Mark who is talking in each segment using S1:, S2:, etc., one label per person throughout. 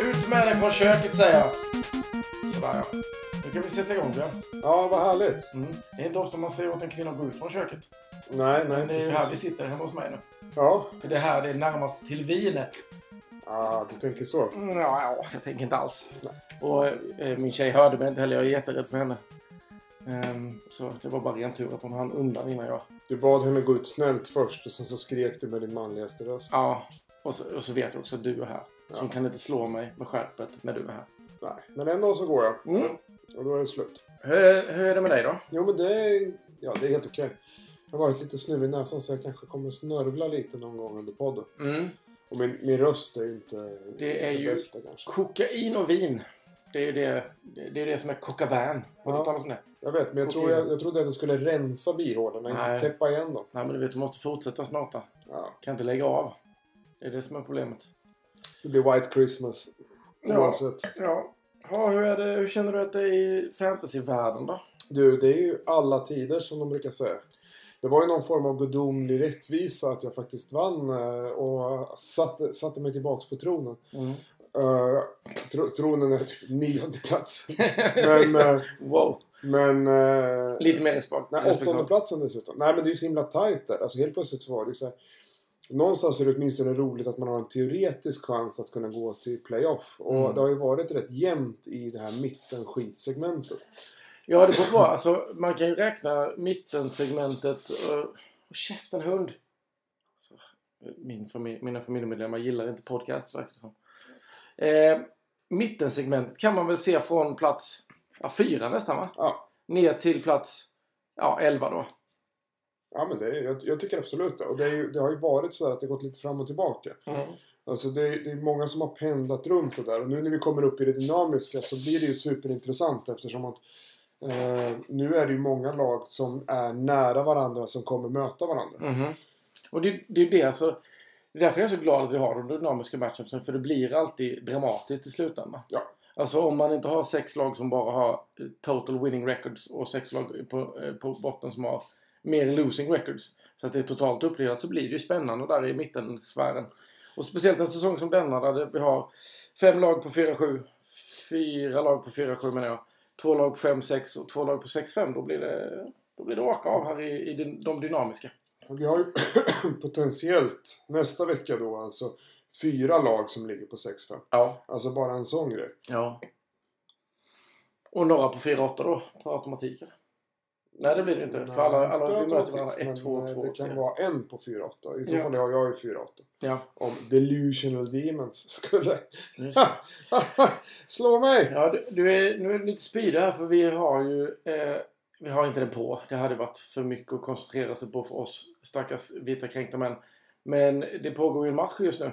S1: Ut med dig från köket säger jag. Sådär ja. Nu kan vi sätta igång igen.
S2: Ja, vad härligt.
S1: Mm. Det är inte ofta man ser åt en kvinna gå ut från köket.
S2: Nej, nej,
S1: Men det är ju här vi
S2: precis.
S1: sitter hemma hos mig nu.
S2: Ja,
S1: För det är här det är närmast till vinet.
S2: ah, du tänker så.
S1: Mm, ja, ja, jag tänker inte alls. Och eh, min tjej hörde mig inte heller. Jag är jätterädd för henne. Ehm, så det var bara ren tur att hon hann undan innan jag...
S2: Du bad henne gå ut snällt först och sen så skrek du med din manligaste röst.
S1: Ja, och så, och så vet jag också att du är här. Så
S2: Ja.
S1: hon kan inte slå mig med skärpet när du är här.
S2: Nej, men en dag så går jag
S1: Mm.
S2: och då är det slut.
S1: Hur, är- hur är det med dig då?
S2: Jo, men det är, ja, det är helt okej. Jag har varit lite snuvig i näsan så jag kanske kommer snörvla lite någon gång under podden.
S1: Mm.
S2: Och min, min röst är ju inte
S1: Det är
S2: inte
S1: ju-
S2: bästa kanske.
S1: Kokain och vin. Det är ju det, det, det, är det som är kockavän. Har du
S2: Ja.
S1: hört talas om det?
S2: Jag vet, men jag, tror
S1: Okej.
S2: jag, jag trodde att jag skulle rensa bihålorna,
S1: Nej.
S2: inte täppa igen dem.
S1: Nej, men du vet, du måste fortsätta snart. då.
S2: Ja,
S1: Kan inte lägga av. Det är det som är problemet.
S2: det blir White Christmas.
S1: Ja.
S2: Oavsett.
S1: Ja. Ha, hur, är det, hur känner du att det är i fantasyvärlden då?
S2: Du, det är ju alla tider som de brukar säga. Det var ju någon form av gudomlig rättvisa att jag faktiskt vann eh, och satte, satte mig tillbaks på tronen.
S1: Mm.
S2: Eh, tro, tronen är typ nionde plats. Men, eh,
S1: wow.
S2: men eh,
S1: Lite mer respekt.
S2: Nej, åttonde platsen dessutom. Nej, men det är ju så himla tajt där. Alltså helt plötsligt så var det ju så här, Någonstans är det åtminstone roligt att man har en teoretisk chans att kunna gå till playoff. Och
S1: Mm.
S2: det har ju varit rätt jämnt i det här mittenskitsegmentet.
S1: Ja, det beror på. Alltså, man kan ju räkna mittensegmentet. eh, Och käften hund! Alltså, min familj, mina familjemedlemmar gillar inte podcast, verkar det som. Eh, mittensegmentet kan man väl se från plats ja, fyra nästan, va?
S2: Ja.
S1: Ner till plats ja, elva då.
S2: Ja, men det är, jag, jag tycker absolut det. Och det, är ju, det har ju varit så här att det har gått lite fram och tillbaka. Alltså det är, det är många som har pendlat runt det där och nu när vi kommer upp i det dynamiska så blir det ju superintressant eftersom att eh, nu är det ju många lag som är nära varandra som kommer möta varandra.
S1: Mhm. Och det, det är ju det alltså. Det är därför jag är så glad att vi har de dynamiska matchupsen. För det blir alltid dramatiskt i slutändan.
S2: Ja.
S1: Alltså om man inte har sex lag som bara har eh, total winning records och sex lag på, eh, på botten som har mer losing records. Så att det är totalt uppdelat så blir det ju spännande där i mittensfären. Och speciellt en säsong som denna där det- vi har fem lag på 4-7. Fyra lag på 4-7 menar jag. Två lag på 5-6 och två lag på 6-5. Då blir det, då blir det åka av här i, i den- de dynamiska.
S2: Och Vi har ju potentiellt nästa vecka då alltså fyra lag som ligger på 6-5.
S1: Ja.
S2: Alltså bara en sån grej.
S1: Ja. Och några på 4-8 då, på automatiker. Nej, det blir det inte. För alla, alla vi möter varandra 1, 2, 2,
S2: eh, Det
S1: 3.
S2: kan vara en på 4-8. I så
S1: Ja.
S2: fall har jag ju 4-8.
S1: Ja,
S2: Om Delusional Demons skulle
S1: just det.
S2: slå mig!
S1: ja du, du är, nu är du lite spydig här för vi har ju... Eh, vi har inte den på. Det hade varit för mycket att koncentrera sig på för oss stackars vita kränkta män. Men det pågår ju en match just nu.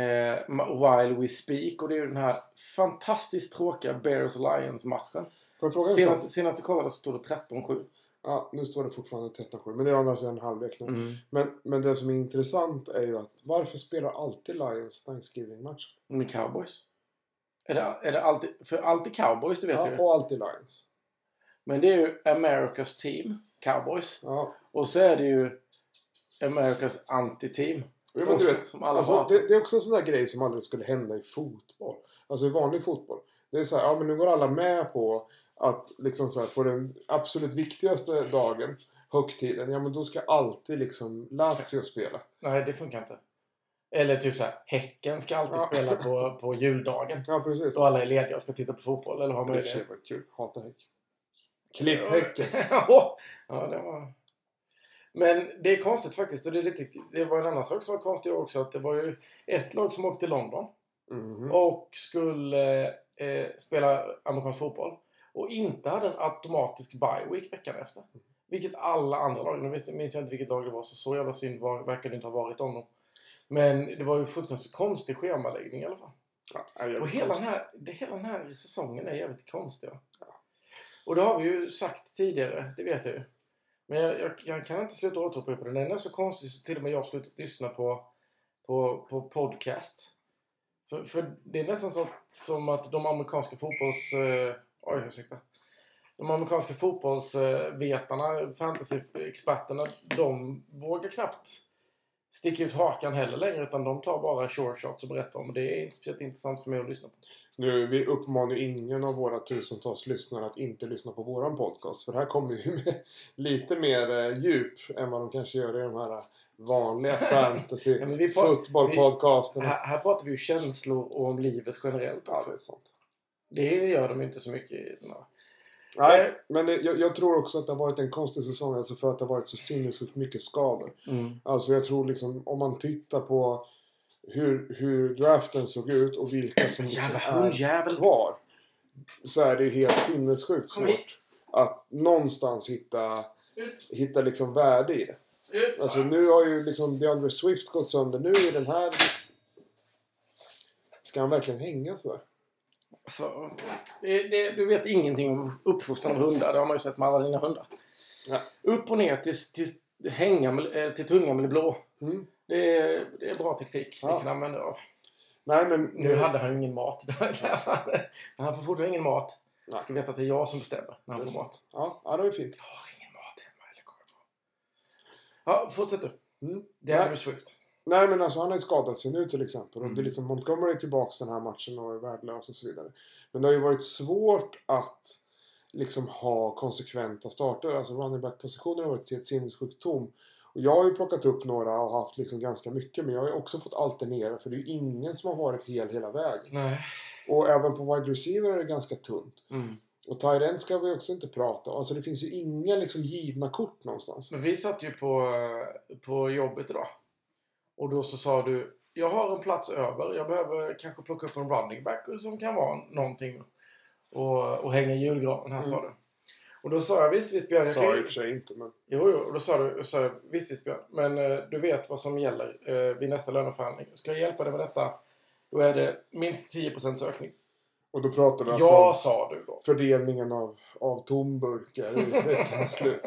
S1: Eh, Ma- While We Speak och det är ju den här fantastiskt tråkiga Bears Lions-matchen.
S2: Får jag fråga en sak?
S1: Senast, senast jag kollade så stod det 13-7.
S2: Ja, nu står det fortfarande 13-7, men det är å andra sidan halvlek
S1: Mm.
S2: nu. Men, men det som är intressant är ju att varför spelar alltid Lions Thanksgiving-match?
S1: Med cowboys? Är det, är det alltid, för alltid cowboys, det vet jag
S2: Ja,
S1: ju.
S2: och alltid Lions.
S1: Men det är ju Americas team, cowboys.
S2: Ja.
S1: Och så är det ju Americas anti-team.
S2: Jo, men du vet,
S1: som alla
S2: alltså,
S1: hatar.
S2: det, det är också en sån där grej som aldrig skulle hända i fotboll. Alltså i vanlig fotboll. Det är så här, ja men nu går alla med på att liksom så här, på den absolut viktigaste dagen, högtiden, ja men då ska alltid liksom Lazio spela.
S1: Nej, det funkar inte. Eller typ så här, Häcken ska alltid
S2: Ja.
S1: spela på, på juldagen.
S2: Ja, precis.
S1: Då alla är lediga och ska titta på fotboll eller ha
S2: Det är i och för
S1: möjlighet.
S2: sig varit kul. Hatar Häcken. Klipp Häcken.
S1: ja, det var... Men det är konstigt faktiskt. Och det, är lite, det var en annan sak som var konstig också. Att det var ju ett lag som åkte till London.
S2: Mhm.
S1: och skulle eh, spela amerikansk fotboll och inte hade en automatisk bye week veckan efter. Vilket alla andra lag, nu minns- minns jag inte vilket lag det var, så så jävla synd var, verkar det inte ha varit om dem. Men det var ju fruktansvärt konstig schemaläggning i alla fall.
S2: Ja, jag vet
S1: Och hela den, här, det, hela den här säsongen är jävligt konstig. va? Och det har vi ju sagt tidigare, det vet jag ju. Men jag, jag, jag kan inte sluta återupprepa det. Den är så konstig så till och med jag har slutat lyssna på, på, på podcast. För, för det är nästan så, som att de amerikanska fotbolls... Eh, oj, ursäkta. de amerikanska fotbollsvetarna, fantasyexperterna, de vågar knappt sticka ut hakan heller längre utan de tar bara short shots och berättar om det. Det är inte speciellt intressant för mig att lyssna på.
S2: Nu, vi uppmanar ju ingen av våra tusentals lyssnare att inte lyssna på våran podcast. För här kommer ju med lite mer eh, djup än vad de kanske gör i de här eh, vanliga fantasy
S1: Ja, men vi får-
S2: fotbollpodcasterna.
S1: Här, här pratar vi ju känslor och om livet generellt.
S2: Ja,
S1: Alltså.
S2: det är sant.
S1: Det gör de ju inte så mycket i den här.
S2: Nej, men det, jag, jag tror också att det har varit en konstig säsong alltså för att det har varit så sinnessjukt mycket skador. Alltså jag tror liksom om man tittar på hur, hur draften såg ut och vilka som liksom
S1: Jävla
S2: är
S1: hundjävel!
S2: kvar. Så är det ju helt sinnessjukt
S1: Kom hit.
S2: svårt att någonstans hitta,
S1: Ut!
S2: hitta liksom värde i det.
S1: Ut! sa
S2: Alltså
S1: jag.
S2: nu har ju liksom DeAndre Swift gått sönder. Nu är den här... Ska han verkligen hänga sådär?
S1: Så, Alltså, det, det, du vet ingenting om uppfostran av hundar. Det har man ju sett med alla dina hundar.
S2: Ja.
S1: Upp och ner tills, tills, hänga med, eh, till tungan blir blå.
S2: Mm.
S1: Det, är, det är bra teknik.
S2: Ja. Mm.
S1: Vi kan använda det av.
S2: Nej men...
S1: Nu hade han ju ingen mat. Det var därför. Men han får fortfarande ingen mat.
S2: Nej.
S1: Ska veta att det är jag som bestämmer när han
S2: Det är
S1: får mat.
S2: Ja, ja, det var ju fint.
S1: Jag har ingen mat hemma eller kommer på. Ja, fortsätt du.
S2: Mm.
S1: Det är
S2: Nej.
S1: ju Swift.
S2: Nej men alltså han har ju skadat sig nu till exempel. Och
S1: Mm.
S2: det är liksom Montgomery är tillbaka den här matchen och är värdelös och så vidare. Men det har ju varit svårt att liksom ha konsekventa starter. Alltså running back-positionen har varit helt sinnessjukt tom. Och jag har ju plockat upp några och haft liksom ganska mycket. Men jag har ju också fått alternera för det är ju ingen som har varit hel hela vägen.
S1: Nej.
S2: Och även på wide receiver är det ganska tunt.
S1: Mm.
S2: Och tight end ska vi också inte prata om. Alltså det finns ju inga liksom givna kort någonstans.
S1: Men vi satt ju på, eh, på jobbet idag. Och då så sa du, jag har en plats över. Jag behöver kanske plocka upp en running back som kan vara någonting. Och, och hänga i julgranen här, sa du. Och då sa jag, visst, visst Björn.
S2: Jag
S1: jag
S2: sa
S1: kan
S2: i
S1: ju-
S2: och för sig inte men...
S1: Jo, jo, och då sa du, sa jag, visst, visst Björn, men eh, du vet vad som gäller eh, vid nästa löneförhandling. Ska jag hjälpa dig med detta, då är det minst 10% ökning.
S2: Och då pratade vi alltså om-
S1: Ja, sa du då.
S2: fördelningen av, av tomburkar i veckans slut.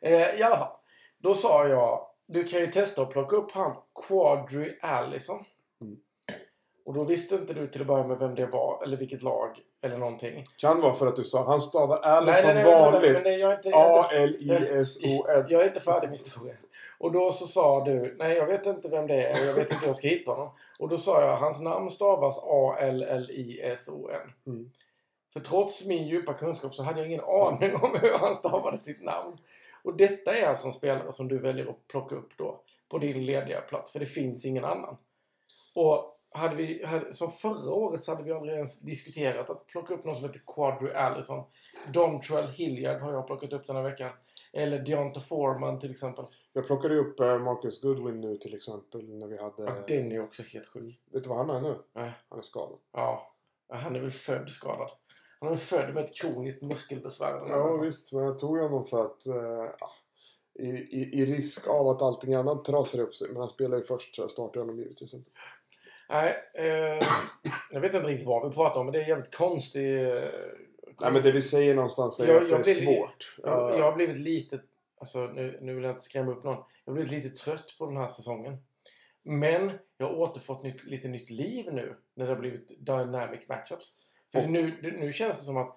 S1: Eh, I alla fall. Då sa jag, du kan ju testa att plocka upp han Quadri Allison.
S2: Mm.
S1: Och då visste inte du till att börja med vem det var, eller vilket lag, eller någonting.
S2: Kan vara för att du sa han stavar L som
S1: vänta,
S2: vanligt.
S1: men det, jag, är inte, jag, är inte,
S2: A-L-I-S-O-N.
S1: jag är inte färdig med historien. Och då så sa du, nej jag vet inte vem det är och jag vet inte hur jag ska hitta honom. Och då sa jag, hans namn stavas A-L-L-I-S-O-N.
S2: Mm.
S1: För trots min djupa kunskap så hade jag ingen aning om hur han stavade sitt namn. Och detta är alltså en spelare som du väljer att plocka upp då på din lediga plats, för det finns ingen annan. Och hade vi, hade, som förra året så hade vi aldrig ens diskuterat att plocka upp någon som heter Quadri Allison. Dontrell Hilliard har jag plockat upp den här veckan. Eller Deonta Foreman till exempel.
S2: Jag plockade ju upp eh, Marcus Goodwin nu till exempel när vi hade...
S1: Ja, den är ju också helt sjuk.
S2: Vet du vad han är nu?
S1: Nej.
S2: Han är skadad.
S1: Ja. Ja, Han är väl född skadad. Han är väl född med ett kroniskt muskelbesvär. eller
S2: Ja
S1: något.
S2: visst, men jag tog ju honom för att... Eh, ja, i, i, I risk av att allting annat trasar upp sig. Men han spelar ju först så jag startar honom givetvis inte.
S1: Nej, eh, jag vet inte riktigt vad vi pratar om, men det är jävligt konstig... Eh,
S2: Nej men det vi säger någonstans är ju
S1: Jag-
S2: att det
S1: jag
S2: är
S1: vill-
S2: svårt.
S1: jag,
S2: Eh,
S1: jag har blivit lite... Alltså, nu, nu vill jag inte skrämma upp någon. Jag har blivit lite trött på den här säsongen. Men jag har återfått nytt, lite nytt liv nu när det har blivit dynamic matchups. För
S2: Och-
S1: nu, nu känns det som att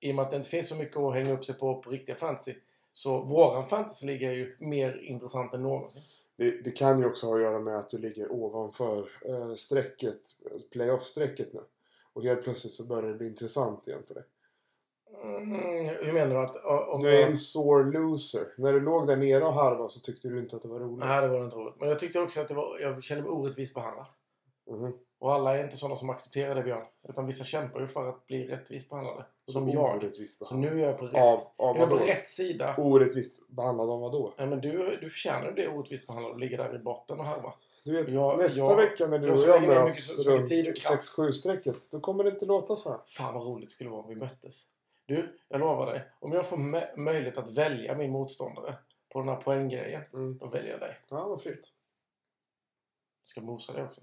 S1: i och med att det inte finns så mycket att hänga upp sig på på riktiga fantasy så våran fantasyliga är ju mer intressant än någonsin.
S2: Det, det kan ju också ha att göra med att du ligger ovanför eh, strecket, playoff-strecket nu. Och helt plötsligt så börjar det bli intressant igen för dig.
S1: Mm, hur menar du att... o- Om
S2: Du är en sore loser. När du låg där nere och harvade så tyckte du inte att det var roligt.
S1: Nej, det var det inte roligt. Men jag tyckte också att det var, jag kände mig orättvist behandlad.
S2: Mhm.
S1: Och alla är inte sådana som accepterar det, Björn. Utan vissa kämpar ju för att bli rättvist behandlade. Som jag.
S2: Orättvist
S1: Så
S2: behandlad.
S1: nu är jag på rätt,
S2: Av, av
S1: jag är på
S2: vadå?
S1: rätt sida.
S2: Orättvist behandlad av vadå?
S1: Nej, men du, du förtjänar ju det orättvist behandlad och ligga där i botten och harva.
S2: Du vet,
S1: Jag-
S2: nästa
S1: jag-
S2: vecka när du
S1: jag
S2: och
S1: lägger
S2: jag
S1: ner mycket- så
S2: möts
S1: mycket
S2: runt
S1: tid och kraft.
S2: 6-7-strecket, då kommer det inte låta så här.
S1: Fan vad roligt det skulle vara om vi möttes. Du, jag lovar dig. Om jag får mö- möjlighet att välja min motståndare på den här poänggrejen,
S2: Mm.
S1: då väljer jag dig.
S2: Ja, vad fint.
S1: Ska jag mosa dig också.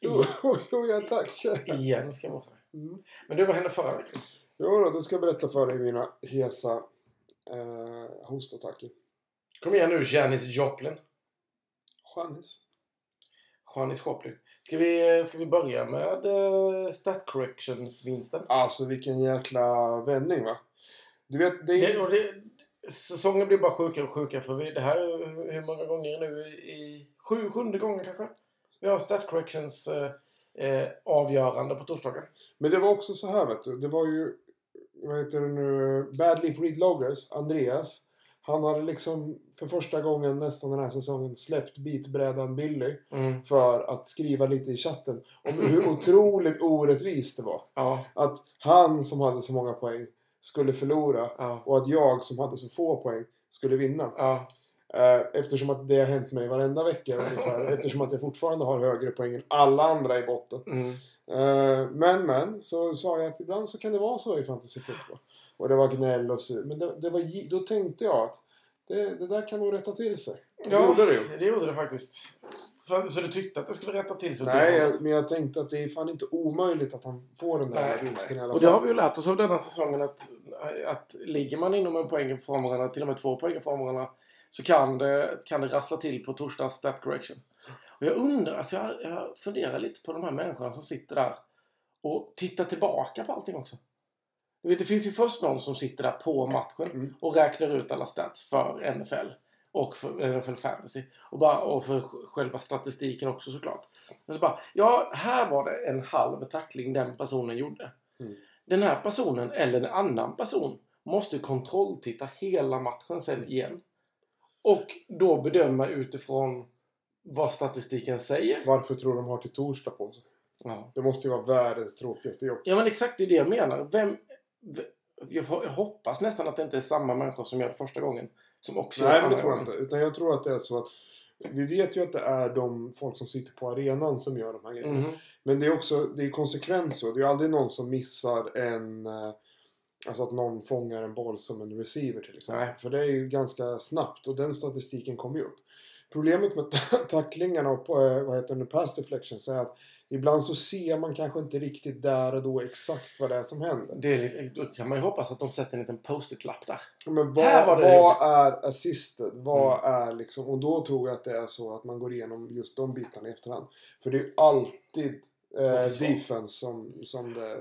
S2: jo, jo, ja tack.
S1: Igen ska jag mosa dig.
S2: Mm.
S1: Men du, vad hände förra veckan?
S2: Jo då, då ska jag berätta för dig mina hesa eh, hostattacker.
S1: Kom igen nu, Janis Joplin.
S2: Janis.
S1: Janis Joplin. Ska vi, ska vi börja med eh, stat corrections-vinsten?
S2: Alltså vilken jäkla vändning va? Du vet, det
S1: Det,
S2: är...
S1: och det, säsongen blir bara sjukare och sjukare för vi, det här är hur- hur många gånger nu i- i sju, sjunde gången kanske? Vi har stat corrections eh, eh, avgörande på torsdagen.
S2: Men det var också så här vet du. Det var ju, vad heter det nu, Bad Lip Read Loggers, Andreas. Han hade liksom för första gången nästan den här säsongen släppt bitbrädan Billy för att skriva lite i chatten om hur otroligt orättvist det var.
S1: Ja,
S2: Att han som hade så många poäng skulle förlora
S1: ja,
S2: och att jag som hade så få poäng skulle vinna.
S1: ja.
S2: Eh, Eftersom att det har hänt mig varenda vecka ungefär. Eftersom att jag fortfarande har högre poäng än alla andra i botten.
S1: Mm.
S2: Eh, Men men, så sa jag att ibland så kan det vara så i fantasy football. Och det var gnäll och sur. Men det, det var, gi- då tänkte jag att det, det där kan nog rätta till sig.
S1: Ja,
S2: Det gjorde det ju.
S1: Det gjorde det faktiskt. För, så du tyckte att det skulle rätta till sig? åt
S2: Nej,
S1: det hållet?
S2: jag, men jag tänkte att det är fan inte omöjligt att han får den där
S1: Nej,
S2: vinsten i alla
S1: Och
S2: fall.
S1: det har vi ju lärt oss av denna säsongen att, att ligger man inom en poäng från varandra, till och med två poäng från varandra, så kan det, kan det rassla till på torsdags stat correction. Och jag undrar, alltså jag, jag funderar lite på de här människorna som sitter där och tittar tillbaka på allting också. Du vet, det finns ju först någon som sitter där på matchen
S2: Mm.
S1: och räknar ut alla stats för NFL och för NFL Fantasy. Och, bara, och för sj- själva statistiken också såklart. Men så bara, ja, här var det en halv tackling den personen gjorde.
S2: Mm.
S1: Den här personen eller en annan person måste kontrolltitta hela matchen sen igen. Och då bedöma utifrån vad statistiken säger.
S2: Varför tror de har till torsdag på sig?
S1: Ja,
S2: Det måste ju vara världens tråkigaste jobb.
S1: men exakt det är det jag menar. Vem, v- jag ho- jag hoppas nästan att det inte är samma människor som gör det första gången. Som också gör
S2: Nej, men det
S1: andra
S2: tror jag
S1: gången.
S2: inte. Utan jag tror att det är så att vi vet ju att det är de folk som sitter på arenan som gör de här grejerna.
S1: Mhm.
S2: Men det är också det är konsekvenser. Det är ju aldrig någon som missar en... eh, Alltså att någon fångar en boll som en receiver till exempel.
S1: Nej.
S2: För det är ju ganska snabbt och den statistiken kommer ju upp. Problemet med tacklingarna och på, eh, vad heter det, pass deflections är att ibland så ser man kanske inte riktigt där och då exakt vad det är som händer.
S1: Det är, då kan man ju hoppas att de sätter en liten post-it-lapp där.
S2: Men vad,
S1: Här var det Mm.
S2: vad är assisted? Vad är liksom... Och då tror jag att det är så att man går igenom just de bitarna i efterhand. För det är ju alltid
S1: På
S2: eh,
S1: försvar.
S2: defense som, som det eh,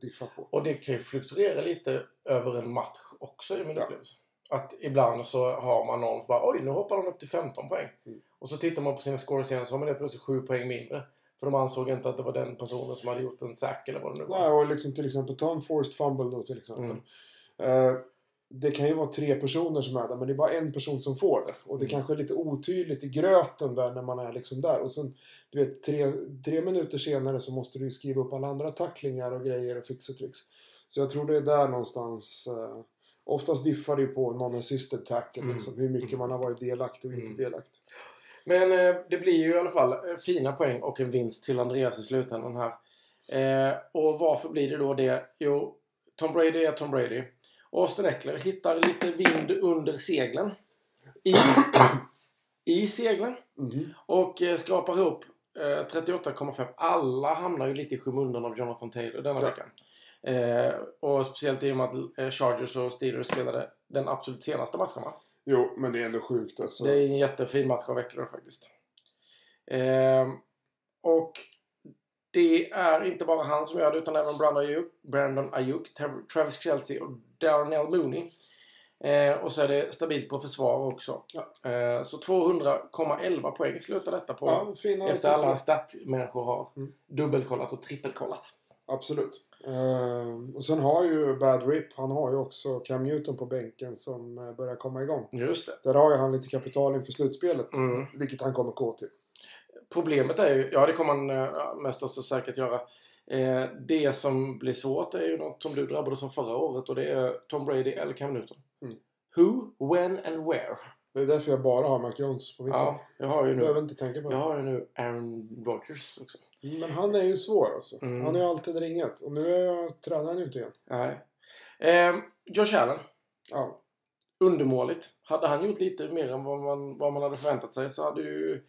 S2: diffar på.
S1: Och det kan ju fluktuera lite över en match också i min
S2: Ja.
S1: upplevelse. Att ibland så har man någon som bara oj, nu hoppar de upp till 15 poäng.
S2: Mm.
S1: Och så tittar man på sina scores igen så har man det plötsligt 7 poäng mindre. För de ansåg inte att det var den personen som hade gjort en sack eller vad det nu var.
S2: Nej, och liksom till exempel ta en forced fumble då till exempel.
S1: Mm.
S2: Eh, det kan ju vara tre personer som är där men det är bara en person som får det. Och det
S1: Mm.
S2: kanske är lite otydligt i gröten där när man är liksom där. Och sen, du vet, tre, tre minuter senare så måste du ju skriva upp alla andra tacklingar och grejer och fix och tricks. Så jag tror det är där någonstans. Eh, oftast diffar det ju på någon assisted tackle
S1: Mm.
S2: liksom. Hur mycket man har varit delaktig och inte
S1: Mm.
S2: delaktig.
S1: Men eh, det blir ju i alla fall eh, fina poäng och en vinst till Andreas i slutändan här. Eh, och varför blir det då det? Jo, Tom Brady är Tom Brady. Austin Eckler hittar lite vind under seglen. I, i seglen. Och eh, skrapar ihop eh, 38,5. Alla hamnar ju lite i skymundan av Jonathan Taylor denna
S2: Ja.
S1: veckan. Eh, och speciellt i och med att eh, Chargers och Steelers spelade den absolut senaste matchen va?
S2: Jo, men det är ändå sjukt alltså.
S1: Det är en jättefin match av Eckler faktiskt. Ehm, och det är inte bara han som gör det utan även Brandon Ayuk, Brandon Ayuk Tav- Travis Kelce och Darnell Mooney. Eh, och så är det stabilt på försvar också. Eh, så 200,11 poäng slutar detta på.
S2: Ja, fina
S1: efter
S2: siffror.
S1: alla stat-människor har
S2: Mm.
S1: dubbelkollat och trippelkollat.
S2: Absolut. Ehm, och sen har ju Bad Rip, han har ju också Cam Newton på bänken som eh, börjar komma igång.
S1: Just det.
S2: Där har ju han lite kapital inför slutspelet.
S1: Mm.
S2: Vilket han kommer gå till.
S1: Problemet är ju, ja det kommer han eh, med största säkerhet göra. Eh, det som blir svårt är ju något som du drabbades av förra året och det är Tom Brady eller Cam Newton.
S2: Mm.
S1: Who, when and where.
S2: Det är därför jag bara har Mac Jones på mitt lag.
S1: Ja, jag har ju
S2: Jag behöver
S1: nu,
S2: inte tänka på det.
S1: jag har ju nu Aaron Rodgers också.
S2: Men han är ju svår alltså.
S1: Mm.
S2: Han är ju alltid ringat. Och nu är jag, tränar han ju inte igen.
S1: Nej. Eh, Josh Allen,
S2: Ja.
S1: undermåligt. Hade han gjort lite mer än vad man, vad man hade förväntat sig så hade ju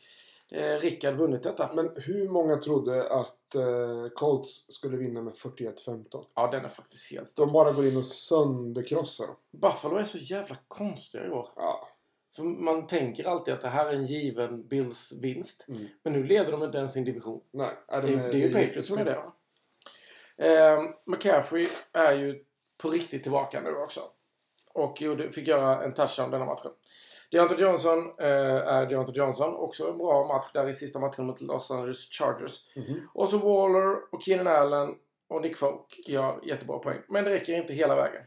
S1: eh, Rickard vunnit detta.
S2: Men hur många trodde att eh, Colts skulle vinna med 41-15?
S1: Ja, den är faktiskt helt stor.
S2: De bara går in och sönderkrossar dem.
S1: Buffalo är så jävla konstiga i år.
S2: Ja.
S1: För man tänker alltid att det här är en given Bills vinst.
S2: Mm.
S1: Men nu leder de inte ens sin division.
S2: Nej, är
S1: Det, det är ju Patriots som är det. va? Eh, McCaffrey är ju på riktigt tillbaka nu också. Och gjorde, fick göra en touchdown denna matchen. Deontay Johnson eh, är Deontay Johnson. Också en bra match där i sista matchen mot Los Angeles Chargers.
S2: Mhm.
S1: Och så Waller och Keenan Allen och Nick Folk gör jättebra poäng. Men det räcker inte hela vägen.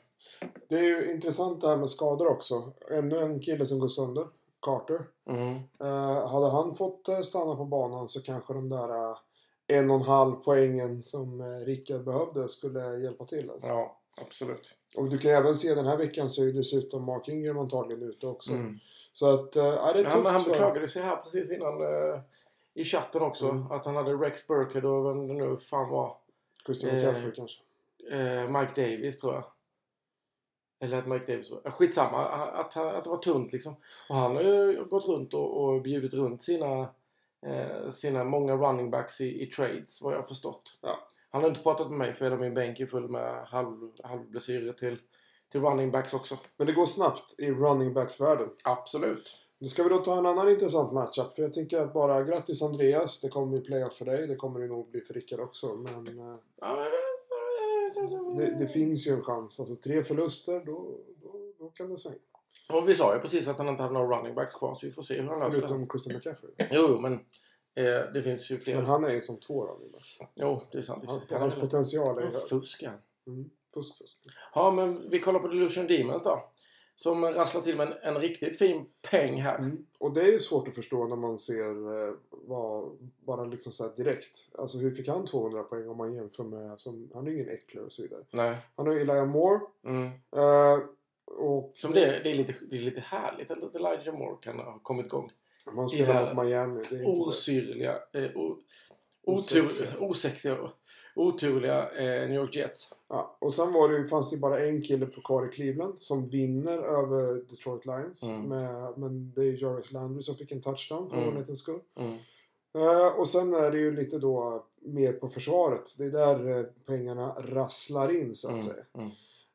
S2: Det är ju intressant det här med skador också. Ännu en kille som går sönder, Carter.
S1: Mm.
S2: Eh, hade han fått eh, stanna på banan så kanske de där eh, en och en halv poängen som eh, Rickard behövde skulle hjälpa till. Alltså.
S1: Ja, absolut.
S2: Och du kan även se den här veckan så är ju dessutom Mark Ingram antagligen ute också.
S1: Mm.
S2: Så att, eh, ja, det är tufft
S1: Han, han
S2: för-
S1: beklagade sig här precis innan eh, i chatten också
S2: Mm.
S1: att han hade Rex Burkhead och vem det nu fan var.
S2: Christian
S1: Eh,
S2: McCaffrey kanske.
S1: eh, Mike Davis tror jag. Eller att Mike Davis var... eh, Skitsamma. Att, han- att det var tunt liksom. Och han har ju gått runt och, och bjudit runt sina, eh, sina många running backs i, i trades vad jag har förstått.
S2: Ja.
S1: Han har inte pratat med mig för hela min bänk är full med halv, halvblessyrer till, till running backs också.
S2: Men det går snabbt i running backs-världen.
S1: Absolut.
S2: Nu ska vi då ta en annan intressant matchup. För jag tänker att bara grattis Andreas. Det kommer bli playoff för dig. Det kommer det nog bli för Rickard också. Men eh,
S1: Ja, men-
S2: det, det finns ju en chans. Alltså tre förluster, då, då, då kan det svänga.
S1: Och vi sa ju precis att han inte hade några running backs kvar så vi får se hur han löser det.
S2: Förutom Christian McCaffrey.
S1: Jo, jo, men eh, det finns ju
S2: Men
S1: fler.
S2: han är ju som två running backs.
S1: Jo, det är sant. i och för sig.
S2: Han- Hans potential är ju
S1: Han
S2: hög.
S1: fuskar.
S2: Mm. Fusk, fusk.
S1: Ja, men vi kollar på Delusion Demons då. Som rasslar till med en, en riktigt fin peng här.
S2: Mm. Och det är ju svårt att förstå när man ser eh, vad, bara liksom så här direkt. Alltså hur fick han 200 poäng om man jämför med, som, han är ju ingen äckler och så vidare.
S1: Nej.
S2: Han har ju Elijah Moore.
S1: Mm.
S2: Eh, och
S1: Som det, det, är lite, det är lite härligt att Elijah Moore kan ha kommit igång.
S2: man spelar
S1: Elijah.
S2: mot Miami. Det är inte så-
S1: Osyrliga, eh, o, otur,
S2: Osexiga.
S1: osexiga, och oturliga eh, New York Jets.
S2: ja. Och sen var det, ju- fanns det ju bara en kille på kvar i Cleveland som vinner över Detroit Lions.
S1: Mm.
S2: Med, men det är ju Jarvis Landry som fick en touchdown för
S1: Mm.
S2: ovanlighetens skull.
S1: Mm.
S2: Eh, och sen är det ju lite då mer på försvaret. Det är där eh, pengarna rasslar in så att
S1: Mm.
S2: säga.
S1: Mm.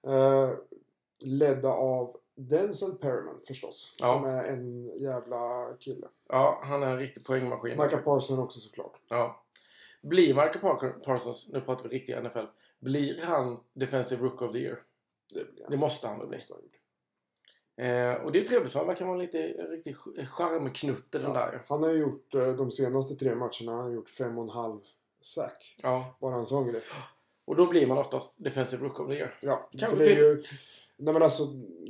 S2: Eh, ledda av Denzel Perriman förstås.
S1: Ja.
S2: Som är en jävla kille.
S1: Ja, han är en riktig poängmaskin.
S2: Micah Parson också såklart.
S1: Ja. Blir Michael Parker, Parsons, nu pratar vi riktiga NFL, blir han Defensive Rook of the Year?
S2: Det blir
S1: Det måste han väl bli? Eh, och det är ju trevligt för han verkar vara lite en riktig ch- charmknutte den
S2: Ja.
S1: där ju.
S2: Han har ju gjort eh, de senaste tre matcherna har han gjort fem och en halv sack.
S1: Ja.
S2: Bara en sån grej.
S1: Och då blir man oftast defensive rook of the year.
S2: Ja,
S1: Kanske typ-
S2: för det är
S1: till-
S2: ju... Nej men alltså,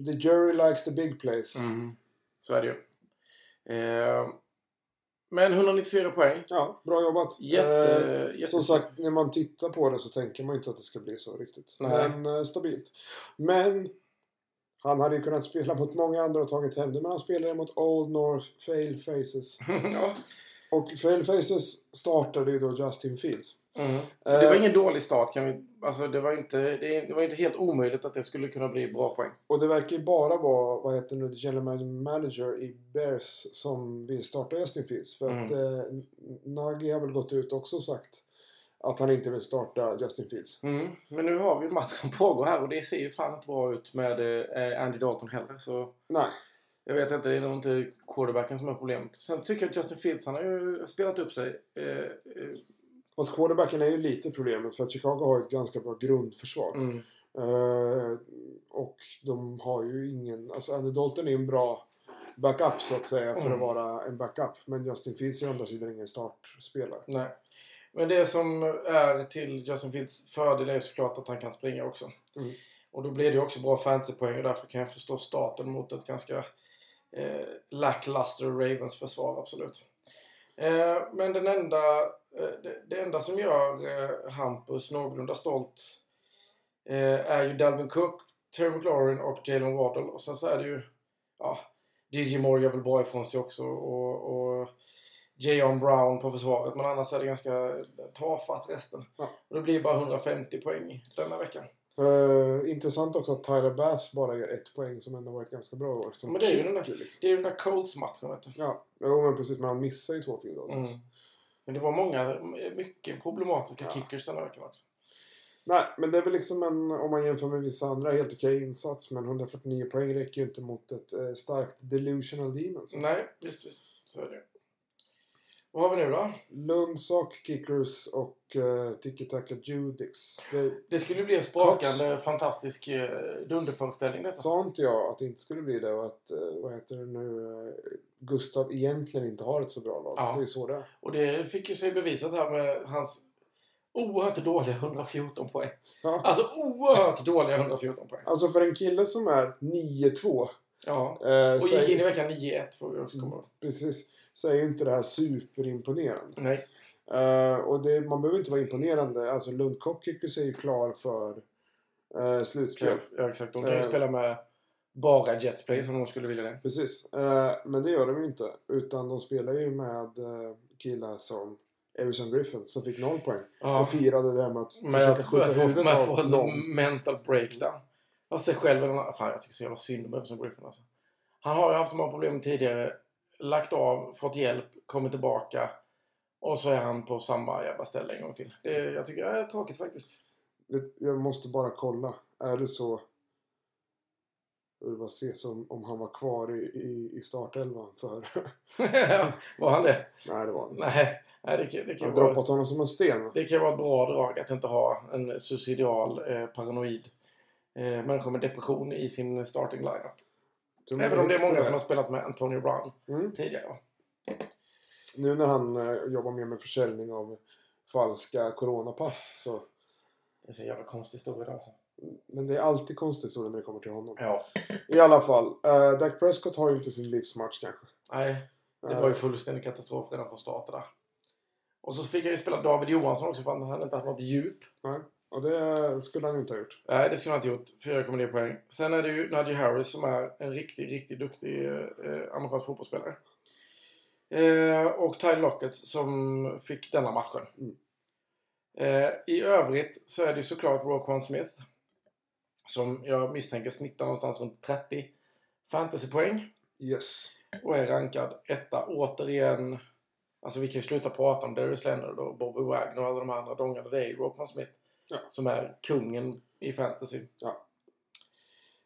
S2: the jury likes the big plays.
S1: Mm. Så är det ju. Eh, men 194 poäng.
S2: Ja, bra jobbat.
S1: Jätte...
S2: Eh,
S1: jätte
S2: Som sagt, när man tittar på det så tänker man ju inte att det ska bli så riktigt.
S1: Nej.
S2: Men eh, stabilt. Men han hade ju kunnat spela mot många andra och tagit hem det. Men han spelade mot Old North Fail Faces.
S1: ja.
S2: Och Fail Faces startade ju då Justin Fields.
S1: mm.
S2: Eh,
S1: Det var ingen dålig start kan vi... Alltså det var inte, det, är- det var inte helt omöjligt att det skulle kunna bli bra poäng.
S2: Och det verkar ju bara vara, vad heter nu, general manager i Bears som vill starta Justin Fields. För
S1: Mm.
S2: att eh, Nagy har väl gått ut också och sagt att han inte vill starta Justin Fields.
S1: Mm. Men nu har vi en match som pågår här och det ser ju fan inte bra ut med eh, Andy Dalton heller. Så...
S2: Nej.
S1: Jag vet inte, det är nog inte quarterbacken som är problemet. Sen tycker jag att Justin Fields, han har ju spelat upp sig. Eh, eh,
S2: Fast quarterbacken är ju lite problemet för att Chicago har ett ganska bra grundförsvar.
S1: mm,
S2: Eh, och de har ju ingen... Alltså Andy Dalton är en bra backup så att säga för
S1: Mm.
S2: att vara en backup. Men Justin Fields är å andra sidan ingen startspelare.
S1: nej. Men det som är till Justin Fields fördel är såklart att han kan springa också.
S2: Mm.
S1: Och då blir det ju också bra fantasypoäng och därför kan jag förstå starten mot ett ganska eh, lackluster Ravens försvar, absolut. Eh, men den enda, eh, det, det enda som gör eh, Hampus någorlunda stolt eh, är ju Dalvin Cook, Terry McLaurin och Jalen Waddle. Och sen så är det ju, ja, DJ Moore gör väl bra ifrån sig också och, och J.On. Brown på försvaret. Men annars är det ganska tafatt resten.
S2: Ja.
S1: Och det blir bara 150 poäng denna veckan.
S2: Eh, intressant också att Tyler Bass bara gör ett poäng som ändå varit ganska bra i år. Som
S1: Men det är ju den
S2: kicker,
S1: där,
S2: liksom.
S1: det är ju den där Colts-matchen, vet du.
S2: Ja, jo men precis. Men han missar ju två field goals
S1: Mm.
S2: också.
S1: Men det var många, mycket problematiska
S2: Ja.
S1: kickers den här veckan också.
S2: Nej, men det är väl liksom en, om man jämför med vissa andra, helt okej insats. Men 149 poäng räcker ju inte mot ett eh, starkt delusional demon. Så.
S1: Nej, visst, visst. Så är det. Vad har vi nu då?
S2: Lundsak, Kickers och eh, Tiki Taka Judix. Det
S1: Det skulle bli en sprakande, fantastisk eh, dunderföreställning detta.
S2: sa inte jag att det inte skulle bli det och att, eh, vad heter det nu, eh, Gustav egentligen inte har ett så bra lag.
S1: Ja.
S2: Det är så det är.
S1: Och det fick ju sig bevisat här med hans oerhört dåliga 114 poäng.
S2: Ja.
S1: Alltså oerhört dåliga 114 poäng.
S2: Alltså för en kille som är 9-2
S1: Ja.
S2: eh,
S1: Och
S2: så,
S1: gick in i
S2: är,
S1: vecka 9-1 får vi också
S2: Mm.
S1: komma ihåg.
S2: precis, så är ju inte det här superimponerande.
S1: Nej.
S2: Eh, och det, man behöver inte vara imponerande. Alltså Lund Kokikus är ju klar för eh, slutspel.
S1: Ja, exakt. De kan ju
S2: Eh.
S1: spela med bara Jetsplay som de skulle vilja det.
S2: Precis. Eh, men det gör de ju inte. Utan de spelar ju med eh, killar som Everson Griffin som fick noll poäng.
S1: Ja.
S2: Och firade det här med att
S1: Med
S2: försöka
S1: att
S2: skjuta
S1: få-
S2: huvudet
S1: med att få
S2: av någon.
S1: ett mental breakdown. Jag ser själv en annan- Fan, jag tycker så jävla synd om Everson Griffin alltså. Han har ju haft de här problemen tidigare. Lagt av, fått hjälp, kommit tillbaka. Och så är han på samma jävla ställe en gång till. Det, är- jag tycker det är tråkigt faktiskt.
S2: Vet- Jag måste bara kolla. Är det så... Jag vill bara se som om han var kvar i, i, i startelvan för...
S1: Var han det?
S2: Nej, det var han inte.
S1: Nej, nej det, kan- det,
S2: Jag
S1: kan
S2: har
S1: vara,
S2: droppat honom som en sten.
S1: det kan vara ett bra drag att inte ha en suicidal, eh, paranoid eh, människa med depression i sin starting lineup.
S2: Tror man
S1: Även om det är
S2: visste
S1: många som har spelat med Antonio Brown
S2: Mm.
S1: tidigare. va?
S2: Nu när han eh, jobbar mer med försäljning av falska coronapass så...
S1: Det är så jävla konstig historia där, alltså.
S2: Men det är alltid konstigt så när det kommer till honom.
S1: Ja.
S2: I alla fall, eh, Dak Prescott har ju inte sin livsmatch kanske.
S1: Nej, det
S2: Eh,
S1: var ju fullständig katastrof redan från starten där. Och så fick jag ju spela David Johansson också för att han inte hade något djup.
S2: Och det skulle han ju inte ha gjort.
S1: Nej, det skulle han inte gjort. 4,9 poäng. Sen är det ju Najee Harris som är en riktigt, riktigt duktig eh, eh, amerikansk fotbollsspelare. Eh, och Tyler Lockett som fick denna matchen.
S2: Mm.
S1: Eh, I övrigt så är det ju såklart Roquan Smith. Som jag misstänker snittar någonstans runt 30 fantasypoäng.
S2: Yes.
S1: Och är rankad etta återigen. Alltså vi kan ju sluta prata om Darius Leonard och Bobby Wagner och alla de andra dongarna. Det är ju Roquan Smith.
S2: Ja.
S1: Som är kungen i fantasy.
S2: Ja.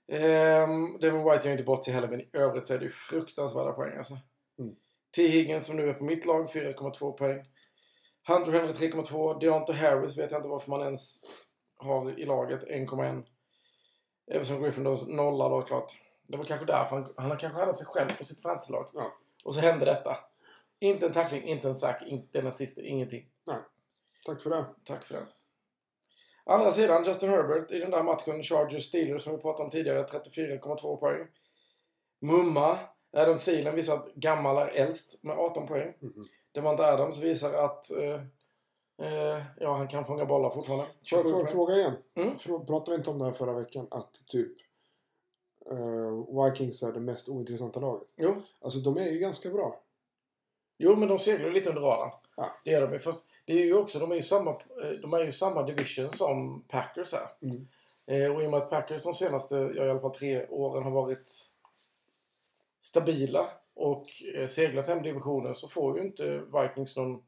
S1: Ehm, Devin White gör inte bort sig heller men i övrigt så är det ju fruktansvärda poäng alltså.
S2: Mm.
S1: T. Higgins som nu är på mitt lag 4,2 poäng. Hunter Henry 3,2. Deontay Harris vet jag inte varför man ens har i laget 1,1. Everson Griffin då nollar då klart. Det var kanske därför han, han kanske hade sig själv på sitt fantasylag.
S2: Ja.
S1: Och så hände detta. Inte en tackling, inte en sack, inte en assist, ingenting.
S2: Tack för det.
S1: Tack för det. Andra sidan, Justin Herbert i den där matchen Chargers-Steelers som vi pratade om tidigare, 34,2 poäng. Mumma, Adam Thielen visar att gammal är äldst med 18 poäng.
S2: Mhm.
S1: Det var inte Adams visar att eh, eh, ja, han kan fånga bollar fortfarande.
S2: Får
S1: 27
S2: jag
S1: poäng.
S2: fråga- fråga igen?
S1: Mm.
S2: Frå- Pratade vi inte om det här förra veckan? Att typ eh, Vikings är det mest ointressanta laget.
S1: Jo.
S2: Alltså de är ju ganska bra.
S1: Jo, men de seglar ju lite under radarn.
S2: Ja.
S1: Det gör de ju. Fast det är ju också, de är ju samma, eh, de är ju samma division som Packers här.
S2: Mm.
S1: Eh, och i och med att Packers de senaste, ja, i alla fall tre åren har varit stabila och eh, seglat hem divisionen så får ju inte Vikings någon,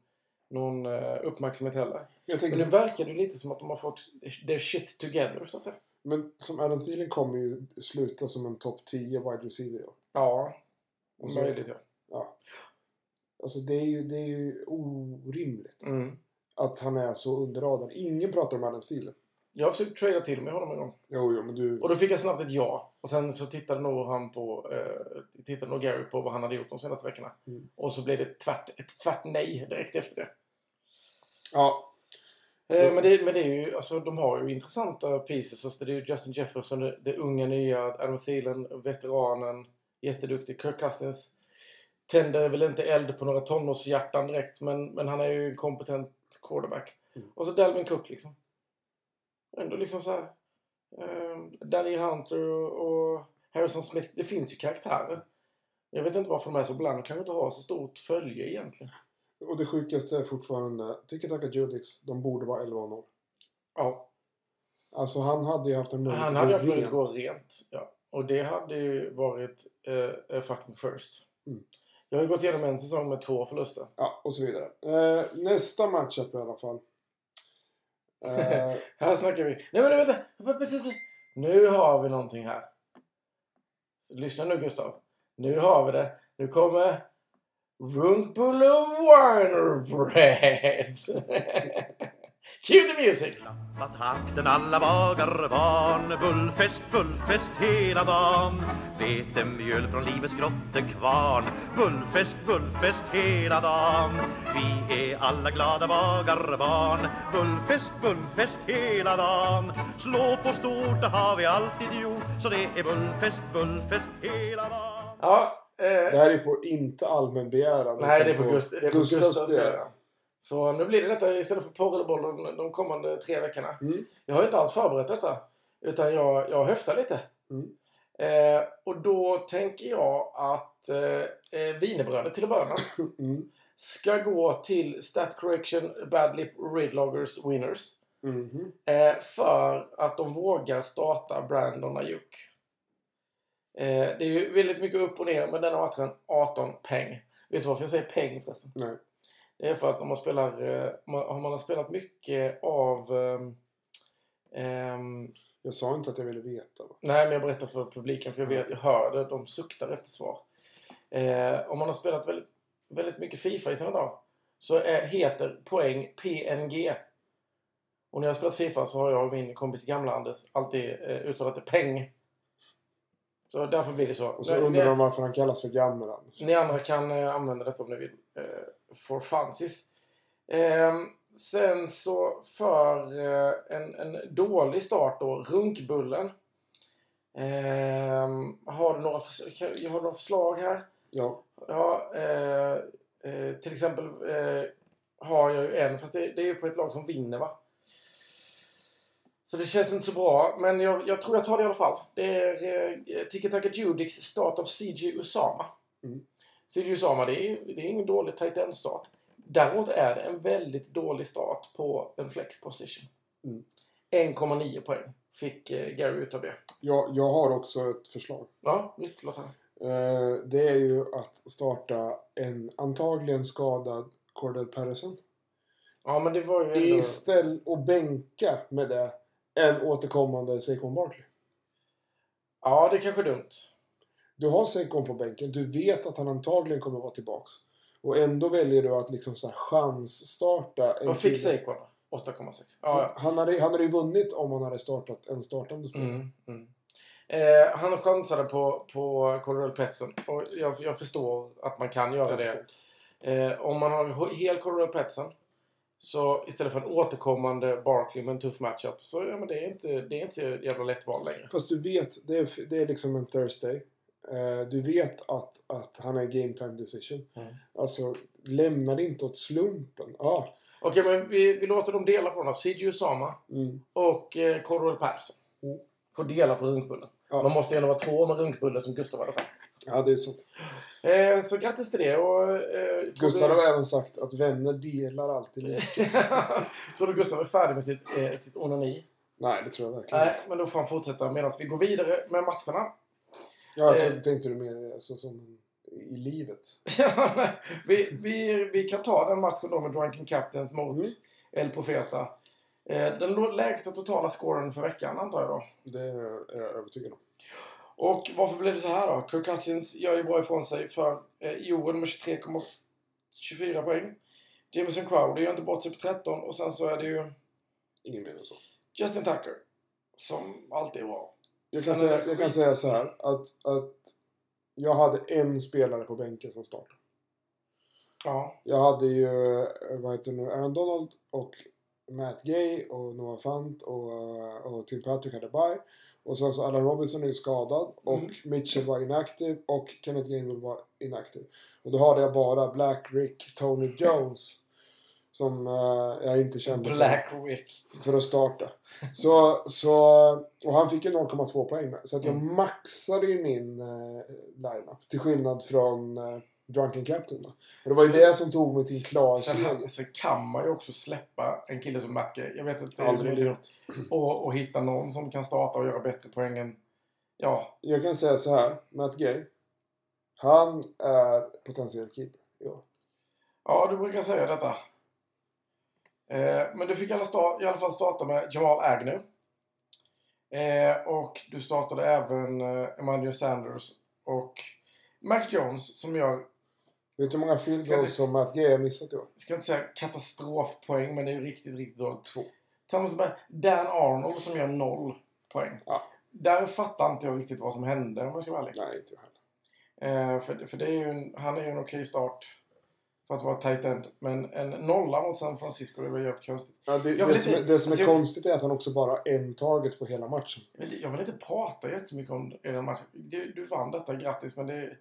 S1: någon eh, uppmärksamhet heller.
S2: Men Jag
S1: Men
S2: tänker
S1: nu
S2: så,
S1: verkar det ju lite som att de har fått their shit together, så att säga.
S2: men som Adam Thielen kommer ju sluta som en topp 10 wide receiver. ja.
S1: Ja,
S2: Och så,
S1: möjligt ja.
S2: alltså det är, ju, det är ju orimligt
S1: Mm.
S2: att han är så under radarn. Ingen pratar om Adam Thielen.
S1: Jag har försökt trada till mig honom en gång.
S2: Jo, jo, men du...
S1: Och då fick jag snabbt ett ja. Och sen så tittade nog han på, eh, tittade nog Gary på vad han hade gjort de senaste veckorna.
S2: Mm.
S1: Och så blev det tvärt, ett tvärt nej direkt efter det.
S2: Ja,
S1: Eh, men, det, men det är ju, alltså de har ju intressanta pieces. Alltså, det är ju Justin Jefferson, det, det unga nya, Adam Thielen, veteranen, jätteduktig, Kirk Cousins. Tänder väl inte eld på några tonårshjärtan direkt, men, men han är ju en kompetent quarterback.
S2: Mm.
S1: Och så Dalvin Cook liksom. Ändå liksom så här. Eh, Daniel Hunter och, och Harrison Smith. Det finns ju karaktärer. Jag vet inte varför de är så bland. De kanske inte har så stort följe egentligen.
S2: och det sjukaste är fortfarande Tiki Taka Judix. De borde vara 11-0.
S1: Ja,
S2: Alltså han hade ju haft en möjlighet
S1: Han
S2: att
S1: hade
S2: gå
S1: haft möjlighet att
S2: rent.
S1: gå rent. Ja. Och det hade ju varit eh, a fucking first.
S2: Mm.
S1: Jag har ju gått igenom en säsong med två förluster.
S2: Ja, och så vidare. Eh, nästa matchup i alla fall. Eh,
S1: Här snackar vi. Nej men vänta! vänta, Precis. Nu har vi någonting här. Så Lyssna nu Gustav. Nu har vi det. Nu kommer Runkbulle Warner Bread. Cue the music!
S3: Klappat hakten alla bagar barn Bullfest, bullfest hela dagen Vetemjöl från livets grottekvarn Bullfest, bullfest hela dagen Vi är alla glada bagarbarn Bullfest, bullfest hela dagen Slå på stort, det har vi alltid gjort Så det är bullfest, bullfest hela dagen
S1: Ja, eh,
S2: det här är på inte allmän begäran.
S1: Nej,
S2: utan
S1: det är på Gust- det är på
S2: Gustavs
S1: Gustavs begäran.
S2: begäran.
S1: så eh, nu blir det detta istället för porr eller boll de- de kommande tre veckorna.
S2: Mm.
S1: Jag har inte alls förberett detta. Utan jag, jag höftar lite.
S2: Mm.
S1: Eh, och då tänker jag att eh, eh, wienerbrödet till att börja med
S2: Mm.
S1: ska gå till Stat Correction Bad Lip Redloggers Winners.
S2: Mhm.
S1: Eh, för att de vågar starta Brandon Ayuk. Eh, det är ju väldigt mycket upp och ner, men denna matchen 18 peng. Vet du varför jag säger peng förresten?
S2: Nej.
S1: Det är för att om man spelar, eh, om man, om man har spelat mycket av... ehm, ehm,
S2: Jag sa inte att jag ville veta. Va?
S1: Nej, men jag berättar för publiken för jag, vet, jag hör det. De suktar efter svar. Eh, om man har spelat väldigt, väldigt mycket Fifa i sina dagar så är, heter poäng PNG. Och när jag har spelat Fifa så har jag och min kompis gamla Anders alltid eh, uttalat det peng. Så därför blir det så.
S2: Och så
S1: Men-
S2: undrar de varför han kallas för gammel Anders.
S1: ni andra kan eh, använda detta om ni vill. Eh, for fancies. Ehm, sen så för eh, en, en dålig start då, Runkbullen. Ehm, har, du några förs- kan- jag har några förslag här?
S2: Ja.
S1: Ja, eh, eh, till exempel eh, har jag ju en, fast det, det är ju på ett lag som vinner va? Så det känns inte så bra, men jag, jag tror jag tar det i alla fall. Det är eh, Tiki Taka Judiks start av CG Usama.
S2: Mm.
S1: CG Usama, det är, det är ingen dålig tight end start. Däremot är det en väldigt dålig start på en flex position.
S2: Mm.
S1: 1,9 poäng fick eh, Gary utav det.
S2: Jag, jag har också ett förslag.
S1: Ja, visst, låt höra.
S2: Eh, det är ju att starta en antagligen skadad Cordell Patterson.
S1: Ja, men det var ju ändå...
S2: Istället och bänka med det en återkommande Saquon Barkley.
S1: Ja, det är kanske är dumt.
S2: Du har Saquon på bänken. Du vet att han antagligen kommer vara tillbaks. Och ändå väljer du att liksom så här chansstarta en
S1: Vad fick
S2: kille.
S1: Saquon då? 8,6. Ja,
S2: Han hade, han hade ju vunnit om han hade startat en startande
S1: ja.
S2: spelare.
S1: Mm, mm. Eh, han chansade på, på Colorado Petson och jag, jag förstår att man kan göra
S2: Jag
S1: det.
S2: förstår.
S1: Eh, om man har en h- hel Colorado Petson så istället för en återkommande Barkley med en tuff matchup så ja, men det är inte, det är inte så jävla lätt val längre.
S2: Fast du vet, det är, det är liksom en Thursday. Eh, du vet att, att han är game time decision.
S1: Mm.
S2: Alltså, lämna det inte åt slumpen. Ah,
S1: Okej, men vi, vi låter dem dela på den här. Sidi Usama
S2: mm.
S1: och eh, Colorado Persson
S2: Mm.
S1: får dela på runkbullen.
S2: Ja.
S1: Man måste ju ändå vara två med runkbullen som Gustav hade sagt.
S2: ja, det är sant.
S1: Eh, så grattis till det och... Eh, tror
S2: Gustav
S1: du-
S2: har även sagt att vänner delar alltid lika.
S1: Tror du Gustav är färdig med sitt, eh, sitt onani?
S2: Nej, det tror jag verkligen
S1: Nej,
S2: inte.
S1: men då får han fortsätta medan vi går vidare med matcherna.
S2: Ja, jag
S1: eh.
S2: trodde- tänkte du mer alltså, som i livet.
S1: vi, vi, vi kan ta den matchen då med Drunken Captains mot
S2: Mm.
S1: El Profeta. Eh, den lå- lägsta totala scoren för veckan antar jag då.
S2: Det är jag övertygad om.
S1: Och varför blev det så här då? Kirk Cousins gör ju bra ifrån sig för eh, Ewan med 23,24 poäng. Jameson Crowder gör inte bort sig på 13 och sen så är det ju
S2: Ingen mer än så.
S1: Justin Tucker. Som alltid är bra.
S2: Jag kan,
S1: Han är
S2: säga, jag kan
S1: skit.
S2: säga så här att, att jag hade en spelare på bänken som startade.
S1: Ja.
S2: Jag hade ju, eh, vad heter det nu, Aaron Donald och Matt Gay och Noah Fant och, eh, och Tim Patrick hade bye. Och sen så Allen Robinson är ju skadad och
S1: Mm.
S2: Mitchell var inaktiv och Kenneth Gainwell var inaktiv. Och då hade jag bara Black Rick Tony Jones som eh, jag inte kände för-
S1: Black Rick.
S2: för att starta. Så, så, och han fick ju 0,2 poäng med. Så att jag
S1: Mm.
S2: maxade ju min eh, lineup. Till skillnad från eh, Drunken Captain. Då. Och det var ju det som tog mig till en klar
S1: Sen,
S2: seger.
S1: sen kan man ju också släppa en kille som Matt Gay. Jag vet inte.
S2: Aldrig
S1: det är-
S2: gjort.
S1: och, och hitta någon som kan starta och göra bättre poäng än... Ja.
S2: Jag kan säga så här. Matt Gay. Han är potentiell keeper. Ja.
S1: Ja, du brukar säga detta. Eh, men du fick i alla, sta- i alla fall starta med Jamal Agnew. Eh, och du startade även eh, Emmanuel Sanders och Mac Jones som gör,
S2: Vet du hur många field
S1: Ska det-
S2: goals som Matt Gay har missat i år?
S1: jag ska inte säga katastrofpoäng, men det är ju riktigt, riktigt dåligt.
S2: Två.
S1: Tillsammans med Dan Arnold som gör noll poäng.
S2: Ja.
S1: Där fattar inte jag riktigt vad som hände om jag ska vara ärlig.
S2: Nej, inte jag heller.
S1: Eh, för för det är ju en, han är ju en okej start för att vara tight end. Men en nolla mot San Francisco, det var jävligt konstigt.
S2: Ja, det,
S1: Jag
S2: det,
S1: vill
S2: som,
S1: inte-
S2: är- det som är
S1: alltså jag-
S2: konstigt är att han också bara har en target på hela matchen.
S1: Jag vill, jag vill inte prata jättemycket om er match. Du, du vann detta, grattis. Men det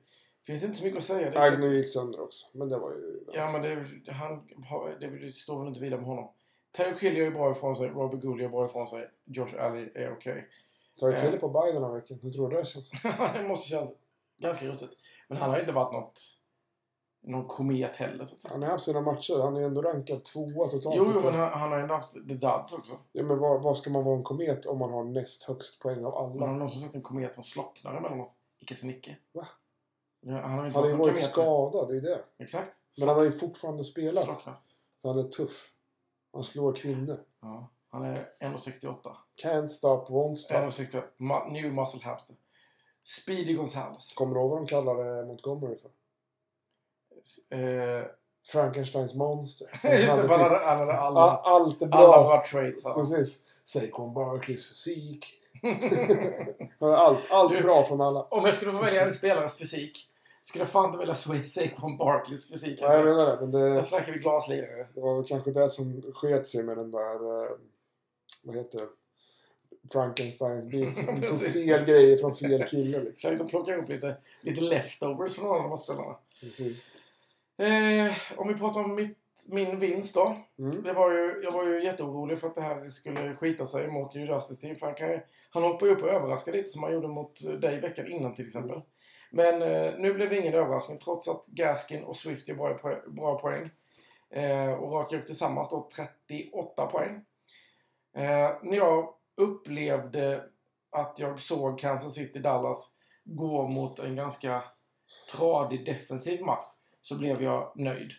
S1: finns inte så mycket att säga. Det, typ-
S2: Agnew gick sönder också, men det var ju...
S1: ja, men det, han, har- det, det står väl inte vidare med honom. Terry Hill gör ju bra ifrån sig. Robert Gould gör bra ifrån sig. Josh Alley är okej.
S2: Tar
S1: eh.
S2: du fel på Biden den här veckan? Hur tror du det känns?
S1: det måste kännas ganska rotigt. Men han har ju inte varit något, någon komet heller så att säga.
S2: Han har haft sina matcher. Han är ändå rankad tvåa totalt.
S1: Jo, jo men han, han har ju ändå haft the duds också.
S2: ja, men vad, vad ska man vara en komet om man har näst högst poäng av alla?
S1: Men har någon som sett en komet som slocknar emellanåt? Icke så Nicke.
S2: Va?
S1: Ja, han har ju inte
S2: Han har ju
S1: någon
S2: varit
S1: komet.
S2: skadad, det är det.
S1: Exakt.
S2: Men han har ju fortfarande spelat.
S1: Slocknar.
S2: Han är tuff. Han slår kvinnor.
S1: Ja. Han är 1,68.
S2: Can't stop, won't stop.
S1: 1,68. Ma- New muscle hamster. Speedy Gonzales.
S2: Kommer du ihåg vad de kallade Montgomery för?
S1: Eh,
S2: Frankensteins monster. Han
S1: just
S2: hade
S1: det,
S2: typ-
S1: han hade, han hade alla,
S2: a- allt är
S1: alla
S2: bra.
S1: bra traits. han.
S2: Precis. Saquon Barkleys fysik. Han hade allt, allt
S1: Du-
S2: bra från alla.
S1: Om jag skulle få välja en spelares fysik skulle jag fan inte välja Sway Saquon Barkleys fysik.
S2: Ja, jag
S1: Alltså.
S2: menar det. Men det,
S1: Där snackar vi glaslirare.
S2: det var väl kanske det som sket sig med den där... eh, Vad heter det? Frankenstein-biten. De tog
S1: Precis.
S2: fel grejer från fel kille. Liksom.
S1: Exakt, de plockar ihop lite, lite leftovers från alla de här spelarna.
S2: Precis.
S1: Eh, om vi pratar om mitt, min vinst då.
S2: Mm.
S1: Det var ju, jag var ju jätteorolig för att det här skulle skita sig mot New Justice Team. För han, kan, ju- han hoppar ju upp och överraskar lite som han gjorde mot eh, dig veckan innan till exempel. Men eh, nu blev det ingen överraskning trots att Gaskin och Swift gör bra, po- bra poäng. Eh, och rakar upp tillsammans då 38 poäng. Eh, när jag upplevde att jag såg Kansas City-Dallas gå mot en ganska tradig defensiv match så blev jag nöjd.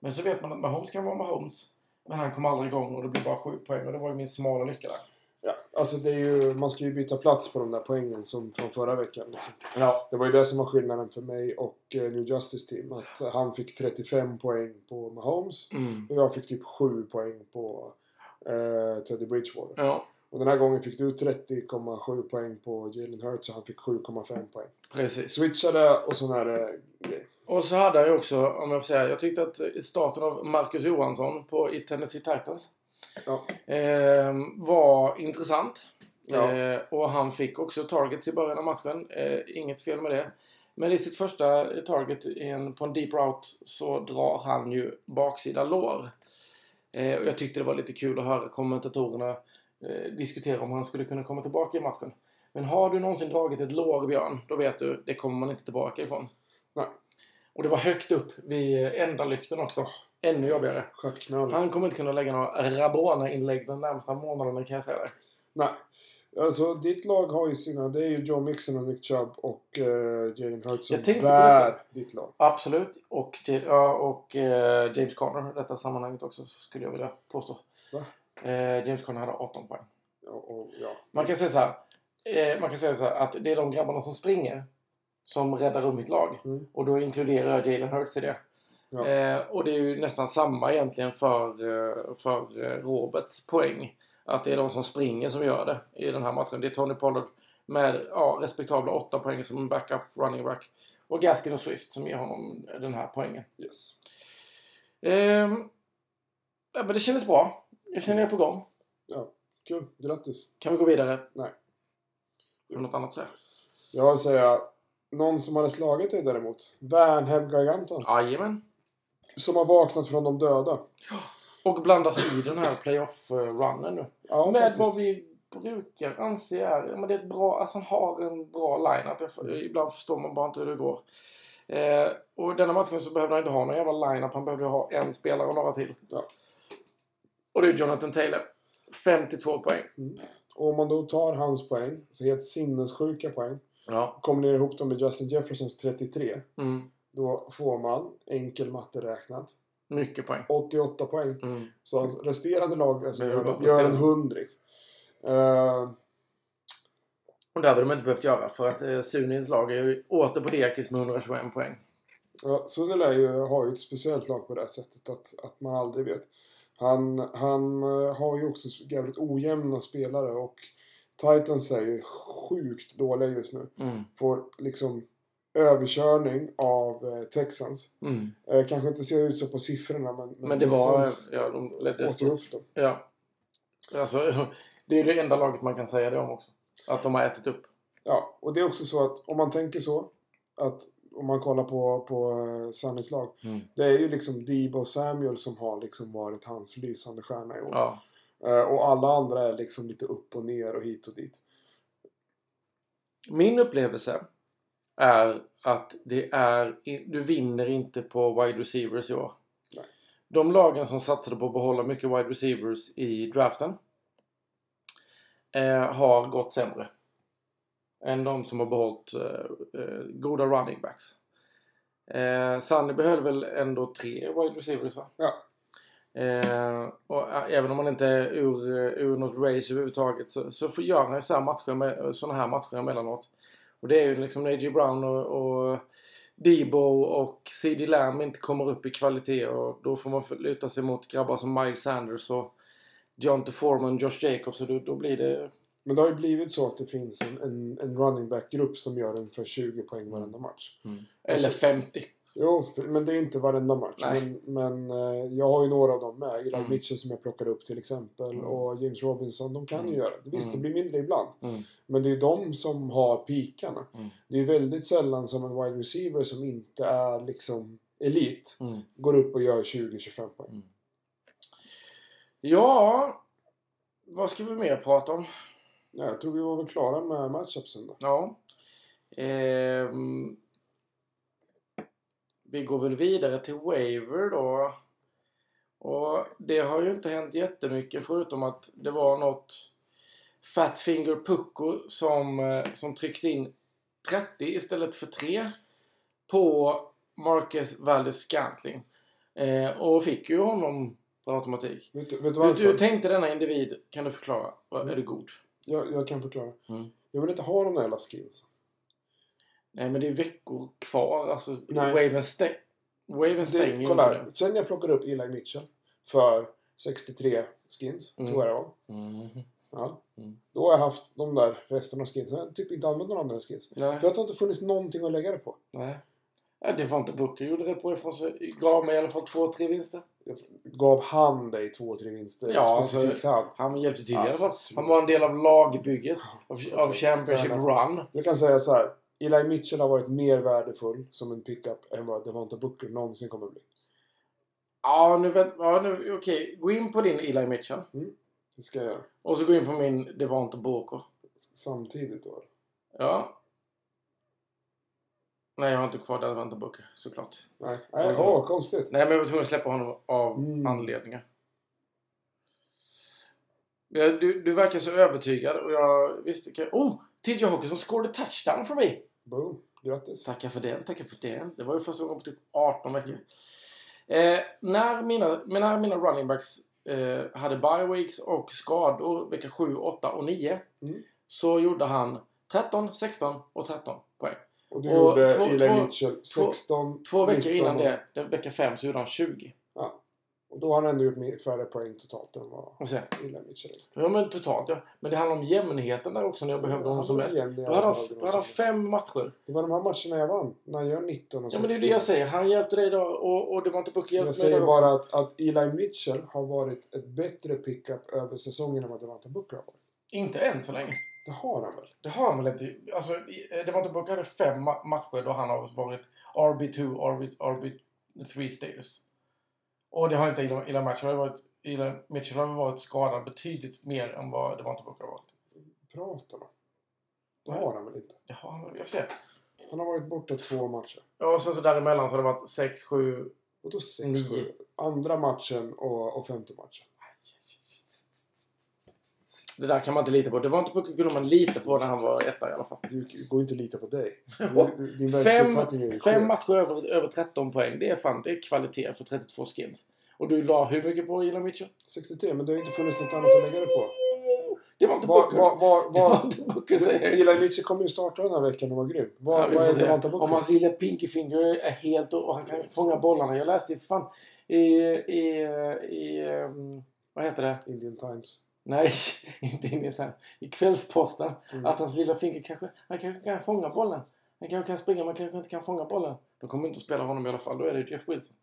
S1: Men så vet man att Mahomes kan vara Mahomes. Men han kom aldrig igång och det blev bara sju poäng och det var ju min smala lycka där.
S2: Ja, alltså det är ju, man ska ju byta plats på de där poängen som från förra veckan. Liksom.
S1: Ja.
S2: Det var ju det som var skillnaden för mig och eh, New Justice Team. Att eh, han fick 35 poäng på Mahomes
S1: Mm.
S2: och jag fick typ 7 poäng på eh, Teddy Bridgewater.
S1: Ja,
S2: Och den här gången fick du 30,7 poäng på Jalen Hurts och han fick 7,5 poäng.
S1: precis.
S2: Switchade och sån här eh, grej.
S1: Och så hade jag ju också, om jag får säga, jag tyckte att starten av Marcus Johansson på, i Tennessee Titans
S2: Ja.
S1: eh, var intressant.
S2: Ja.
S1: Eh, och han fick också targets i början av matchen. Eh, inget fel med det. Men i sitt första target i en, på en deep route så drar han ju baksida lår. Eh, och jag tyckte det var lite kul att höra kommentatorerna eh, diskutera om han skulle kunna komma tillbaka i matchen. Men har du någonsin dragit ett lår, Björn, då vet du, det kommer man inte tillbaka ifrån.
S2: Nej.
S1: Och det var högt upp vid ändalykten också. Ännu jobbigare.
S2: Stjärtknölen.
S1: Han kommer inte kunna lägga några Rabona-inlägg den närmsta månaden kan jag säga det.
S2: Nej. Alltså ditt lag har ju sina, det är ju Joe Mixon och Nick Chubb och eh, Jalen Hurts som
S1: Jag tänkte på
S2: bär ditt lag.
S1: Absolut. Och, det- ja, och eh, James Conner i detta sammanhanget också skulle jag vilja påstå.
S2: Va?
S1: Eh, James Conner hade 18 poäng.
S2: Ja, och, ja.
S1: Man kan säga så här. Eh, man kan säga så här att det är de grabbarna som springer som räddar upp mitt lag.
S2: Mm.
S1: Och då inkluderar jag Jalen Hurts i det.
S2: Ja.
S1: Eh, och det är ju nästan samma egentligen för, eh, för eh, Roberts poäng. Att det är de som springer som gör det i den här matchen. Det är Tony Pollard med ja, respektabla 8 poäng som en backup running back. Och Gaskin och Swift som ger honom den här poängen.
S2: Yes.
S1: Ehm, ja, men det kändes bra. Jag känner jag är på gång.
S2: Kul. Grattis.
S1: Kan vi gå vidare?
S2: Nej.
S1: Har du något annat att säga?
S2: Jag vill säga, någon som hade slagit dig däremot. Värnhem Gigantons.
S1: Jajamän.
S2: Som har vaknat från de döda.
S1: Och blandas i den här playoff-runnen nu.
S2: Ja,
S1: med
S2: faktiskt.
S1: vad vi brukar anse är... ja, Men det är ett bra, alltså han har en bra line-up. Jag får- Ibland förstår man bara inte hur det går. Eh, och denna matchen så behövde han inte ha någon jävla line-up. Han behövde ha en spelare och några till.
S2: Ja.
S1: Och det är Jonathan Taylor. 52 poäng.
S2: Och om man då tar hans poäng, så helt sinnessjuka poäng.
S1: Ja.
S2: Kommer ni ihop dem med Justin Jeffersons 33.
S1: Mm.
S2: Då får man, enkel matte räknat,
S1: Mycket poäng.
S2: 88 poäng.
S1: Mm.
S2: Så hans resterande lag alltså,
S1: Men hur
S2: gör,
S1: många
S2: gör en
S1: resterande?
S2: hundring. Eh,
S1: Och det hade de inte behövt göra för att eh, Sunins lag är ju åter på dekis med 121 poäng.
S2: Ja, Sunil är ju, har ju ett speciellt lag på det här sättet att, att man aldrig vet. Han, han eh, har ju också jävligt ojämna spelare och Titans är ju sjukt dåliga just nu.
S1: Mm.
S2: Får liksom överkörning av eh, Texans.
S1: Mm.
S2: Eh, kanske inte ser ut så på siffrorna men, men,
S1: Men det var...
S2: Texans
S1: Ja, de ledde
S2: åt upp dem.
S1: Ja. Alltså, det är det enda laget man kan säga det om också. Att de har ätit upp.
S2: Ja, och det är också så att om man tänker så att om man kollar på, på eh, Sunnys lag.
S1: Mm.
S2: Det är ju liksom Debo Samuel som har liksom varit hans lysande stjärna i år.
S1: Ja.
S2: Eh, Och alla andra är liksom lite upp och ner och hit och dit.
S1: Min upplevelse är att det är, du vinner inte på wide receivers i år.
S2: Nej.
S1: De lagen som satsade på att behålla mycket wide receivers i draften eh, har gått sämre. Än de som har behållit eh, eh, goda running backs. Eh, Sunny behöll väl ändå tre wide receivers va?
S2: Ja.
S1: Eh, och ä- även om han inte är ur, eh, ur något race överhuvudtaget så, så får- gör han ju så här matcher med, såna här matcher emellanåt. Och det är ju liksom när A.J. Brown och, och Debo och C.D. Lamb inte kommer upp i kvalitet och då får man luta sig mot grabbar som Miles Sanders och John Foreman, Josh Jacobs och då, då blir det...
S2: Men det har ju blivit så att det finns en, en, en running back-grupp som gör ungefär 20 poäng
S1: Mm.
S2: varenda match.
S1: Eller 50.
S2: Jo, men det är inte varenda match.
S1: Nej.
S2: Men, men eh, jag har ju några av dem med. Eli
S1: Mm.
S2: Mitchell som jag plockade upp till exempel
S1: Mm.
S2: och James Robinson. De kan ju
S1: Mm.
S2: göra det. Visst,
S1: Mm.
S2: det blir mindre ibland.
S1: Mm.
S2: Men det är ju de som har pikarna.
S1: Mm.
S2: Det är ju väldigt sällan som en wide receiver som inte är liksom elit
S1: Mm.
S2: går upp och gör 20-25 poäng.
S1: Ja, vad ska vi mer prata om?
S2: Ja, jag tror vi var väl klara med matchupsen då.
S1: Ja. Ehm, vi går väl vidare till Waver då. Och det har ju inte hänt jättemycket förutom att det var något Fatfinger Pucko som, eh, som tryckte in 30 istället för 3 på Marcus Valdes Scantling. Eh, och fick ju honom per automatik.
S2: Vet, du- vet du
S1: Hur,
S2: varför?
S1: hur tänkte denna individ? Kan du förklara? Är du god?
S2: Jag, jag kan förklara.
S1: Mm.
S2: Jag vill inte ha de där jävla skinsen.
S1: Nej, men det är veckor kvar. Alltså,
S2: Nej.
S1: Waven, stäng, waven
S2: Det,
S1: stänger ju
S2: kolla
S1: inte
S2: här.
S1: det.
S2: Sen jag plockade upp Eli Mitchell för 63 skins,
S1: Mm.
S2: tror jag det var. Ja. Då har jag haft de där resten av skinsen. Jag har typ inte använt några andra skins.
S1: Nej.
S2: För att det har inte funnits någonting att lägga det på.
S1: Nej. Ja, det var inte Booker gjorde det på ifrån sig. Gav mig i alla fall två, tre vinster.
S2: Gav han dig två, tre vinster?
S1: Ja,
S2: specifikt han.
S1: Han hjälpte till i alla
S2: Alltså,
S1: fall.
S2: slut.
S1: Han var en del av lagbygget av, av Championship
S2: Fair
S1: Run.
S2: Jag kan säga så här. Eli Mitchell har varit mer värdefull som en pickup än vad Devonta Booker någonsin kommer bli.
S1: Ja, nu vet... Ja, nu... Okej. Gå in på din Eli Mitchell.
S2: Det ska jag göra.
S1: Och så gå in på min Devante Booker.
S2: S- Samtidigt då.
S1: Ja. Nej, jag har inte kvar Devante Booker, såklart.
S2: Nej,
S1: Jag
S2: Nej
S1: tror-
S2: åh, konstigt.
S1: Nej, men jag var tvungen att släppa honom av
S2: Mm.
S1: anledningar. Ja, Du, du verkar så övertygad och jag visste... Kan... Oh! TJ Hawkinson scorade touchdown för mig!
S2: Boom. Grattis.
S1: Tackar för den, tackar för den. Det var ju första gången på typ 18 veckor. Eh, när, mina, men när mina running backs eh, hade bye weeks och skador vecka 7, 8 och 9
S2: Mm.
S1: så gjorde han 13, 16 och 13 poäng.
S2: Och du
S1: Och
S2: gjorde
S1: två-
S2: Eli
S1: två-
S2: Mitchell 16,
S1: Två veckor
S2: 19
S1: innan
S2: och-
S1: det, den vecka 5, så gjorde han 20.
S2: Och då har han ändå gjort mer- färre poäng totalt än vad
S1: Och sen,
S2: Eli Mitchell gjorde.
S1: Ja men totalt ja. Men det handlar om jämnheten där också när jag behövde honom
S2: Han
S1: som
S2: var
S1: bäst.
S2: jämn i
S1: Då hade han,
S2: alla lag,
S1: då hade han
S2: som bäst.
S1: fem matcher.
S2: Det var de här matcherna jag vann. När han gör 19 och
S1: Ja men det är
S2: 16.
S1: det jag säger. Han hjälpte dig då och, och det var inte Booker
S2: Jag
S1: hjälpte mig
S2: säger
S1: där
S2: bara att, att Eli Mitchell har varit ett bättre pickup över säsongen än vad Devonta Booker har varit.
S1: Inte än så länge.
S2: Det har han väl?
S1: Det har han väl inte. Alltså i- eh, det var inte Booker hade fem ma- matcher då han har varit RB2, RB, RB3 status. Och det har inte Elon Elon Mitchell har varit. Elon Mitchell har varit skadad betydligt mer än vad det var inte Booker har varit.
S2: Pratar om. Det har han väl inte?
S1: Det har han väl. Jag får se.
S2: Han har varit borta två matcher.
S1: Ja, Och sen så däremellan så har det varit sex, sju...
S2: Och då 6
S1: Nio.
S2: Andra matchen och, och femte matchen.
S1: Det där kan man inte lita på. Det var inte Pucke Gunnerman lita på när han var etta i alla fall.
S2: Du går ju inte att lita på dig. Du, du- din
S1: Fem,
S2: verksuppfattning är ju
S1: fem
S2: skev.
S1: matcher över, över 13 poäng. Det är fan det är kvalitet för 32 skins. Och du la hur mycket på Gilla Mitchell?
S2: 63, men det har inte funnits något annat att lägga det på.
S1: Det var inte
S2: Var,
S1: Pucke.
S2: var, var,
S1: Det var
S2: var,
S1: inte Pucke säger jag.
S2: Eli Mitchell kommer ju starta den här veckan och vara grym. Var,
S1: Ja, vi
S2: vad
S1: får
S2: är
S1: se.
S2: Devonta
S1: Om
S2: Booker?
S1: hans lilla pinkyfinger är helt och och han kan
S2: Yes.
S1: fånga bollarna. Jag läste i fan i... i, i ehm, vad heter det?
S2: Indian Times.
S1: Nej, inte in i, så här, i Kvällsposten.
S2: Mm.
S1: Att hans lilla finger kanske... Han kanske kan fånga bollen. Han kanske kan springa, men kanske inte kan fånga bollen. Då kommer vi inte att spela honom i alla fall. Då är det Jeff Wilson.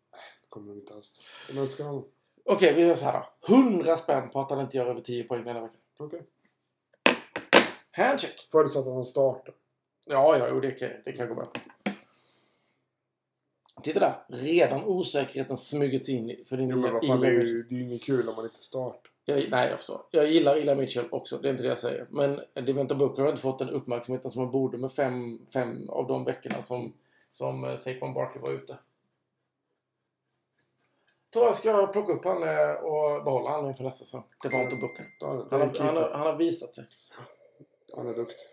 S2: Kommer de inte alls. Men jag älskar honom.
S1: Okej, vi gör så här då. 100 spänn på att han inte gör över 10 poäng hela veckan.
S2: Okej.
S1: Handshake!
S2: Förutsatt att han startar.
S1: Ja, ja, jo, det kan, det kan jag gå med på. Titta där! Redan osäkerheten smugits in i- för din
S2: Jo men
S1: lilla
S2: vad fan, det
S1: Eli
S2: är
S1: Mitchell.
S2: ju, det är ju inget kul om man inte startar.
S1: Jag, nej, jag förstår. Jag gillar Illa Mitchell också, det är inte det jag säger. Men Devonta Booker har inte fått den uppmärksamheten som han borde med fem, fem av de veckorna som, som eh, Saquon Barkley var ute. Tror jag ska plocka upp han eh, och behålla han inför nästa säsong. Devonta Booker.
S2: Då är det- det
S1: Han
S2: är
S1: har, han, har,
S2: keeper.
S1: han har visat sig.
S2: Han är duktig.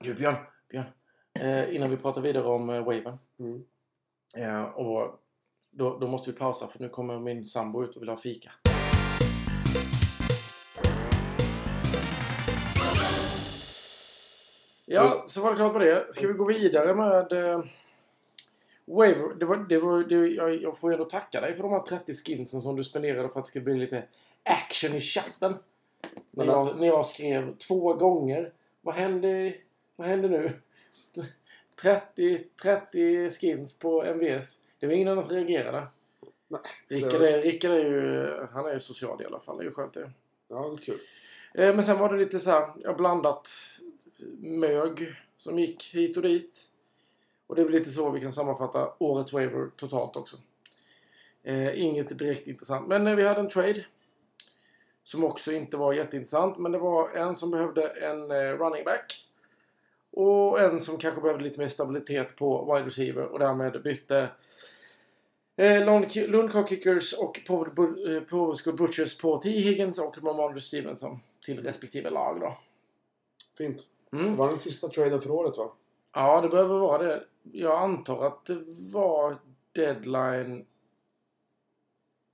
S1: Du Björn, Björn. Eh, innan vi pratar vidare om eh, Waven.
S2: Mm.
S1: Eh, och då, då måste vi pausa för nu kommer min sambo ut och vill ha fika. Ja, så var det klart på det. Ska vi gå vidare med... Eh, Waver, det var, det var, det, jag, jag får ju ändå tacka dig för de här 30 skinsen som du spenderade för att det ska bli lite action i chatten. När
S2: Men-
S1: jag, när jag skrev två gånger. Vad hände, vad hände nu? 30, 30 skins på MVS. Det var ingen annan som reagerade.
S2: Nej,
S1: Rickard är, Rickard är ju... Han är ju social i alla fall. Det är ju skönt det.
S2: Ja, det är kul.
S1: Eh, Men sen var det lite så här, jag blandat mög som gick hit och dit. Och det är väl lite så vi kan sammanfatta årets waiver totalt också. Eh, inget direkt intressant. Men eh, vi hade en trade. Som också inte var jätteintressant. Men det var en som behövde en eh, running back. Och en som kanske behövde lite mer stabilitet på wide receiver. Och därmed bytte Eh, Lund- Lundcock Kickers och Povel- Bu- eh, Povelskog Butchers på T. Higgins och Mamadu Stevenson till respektive lag då.
S2: Fint. Det
S1: Mm.
S2: var den sista traden för året va?
S1: Ja, det behöver vara det. Jag antar att det var deadline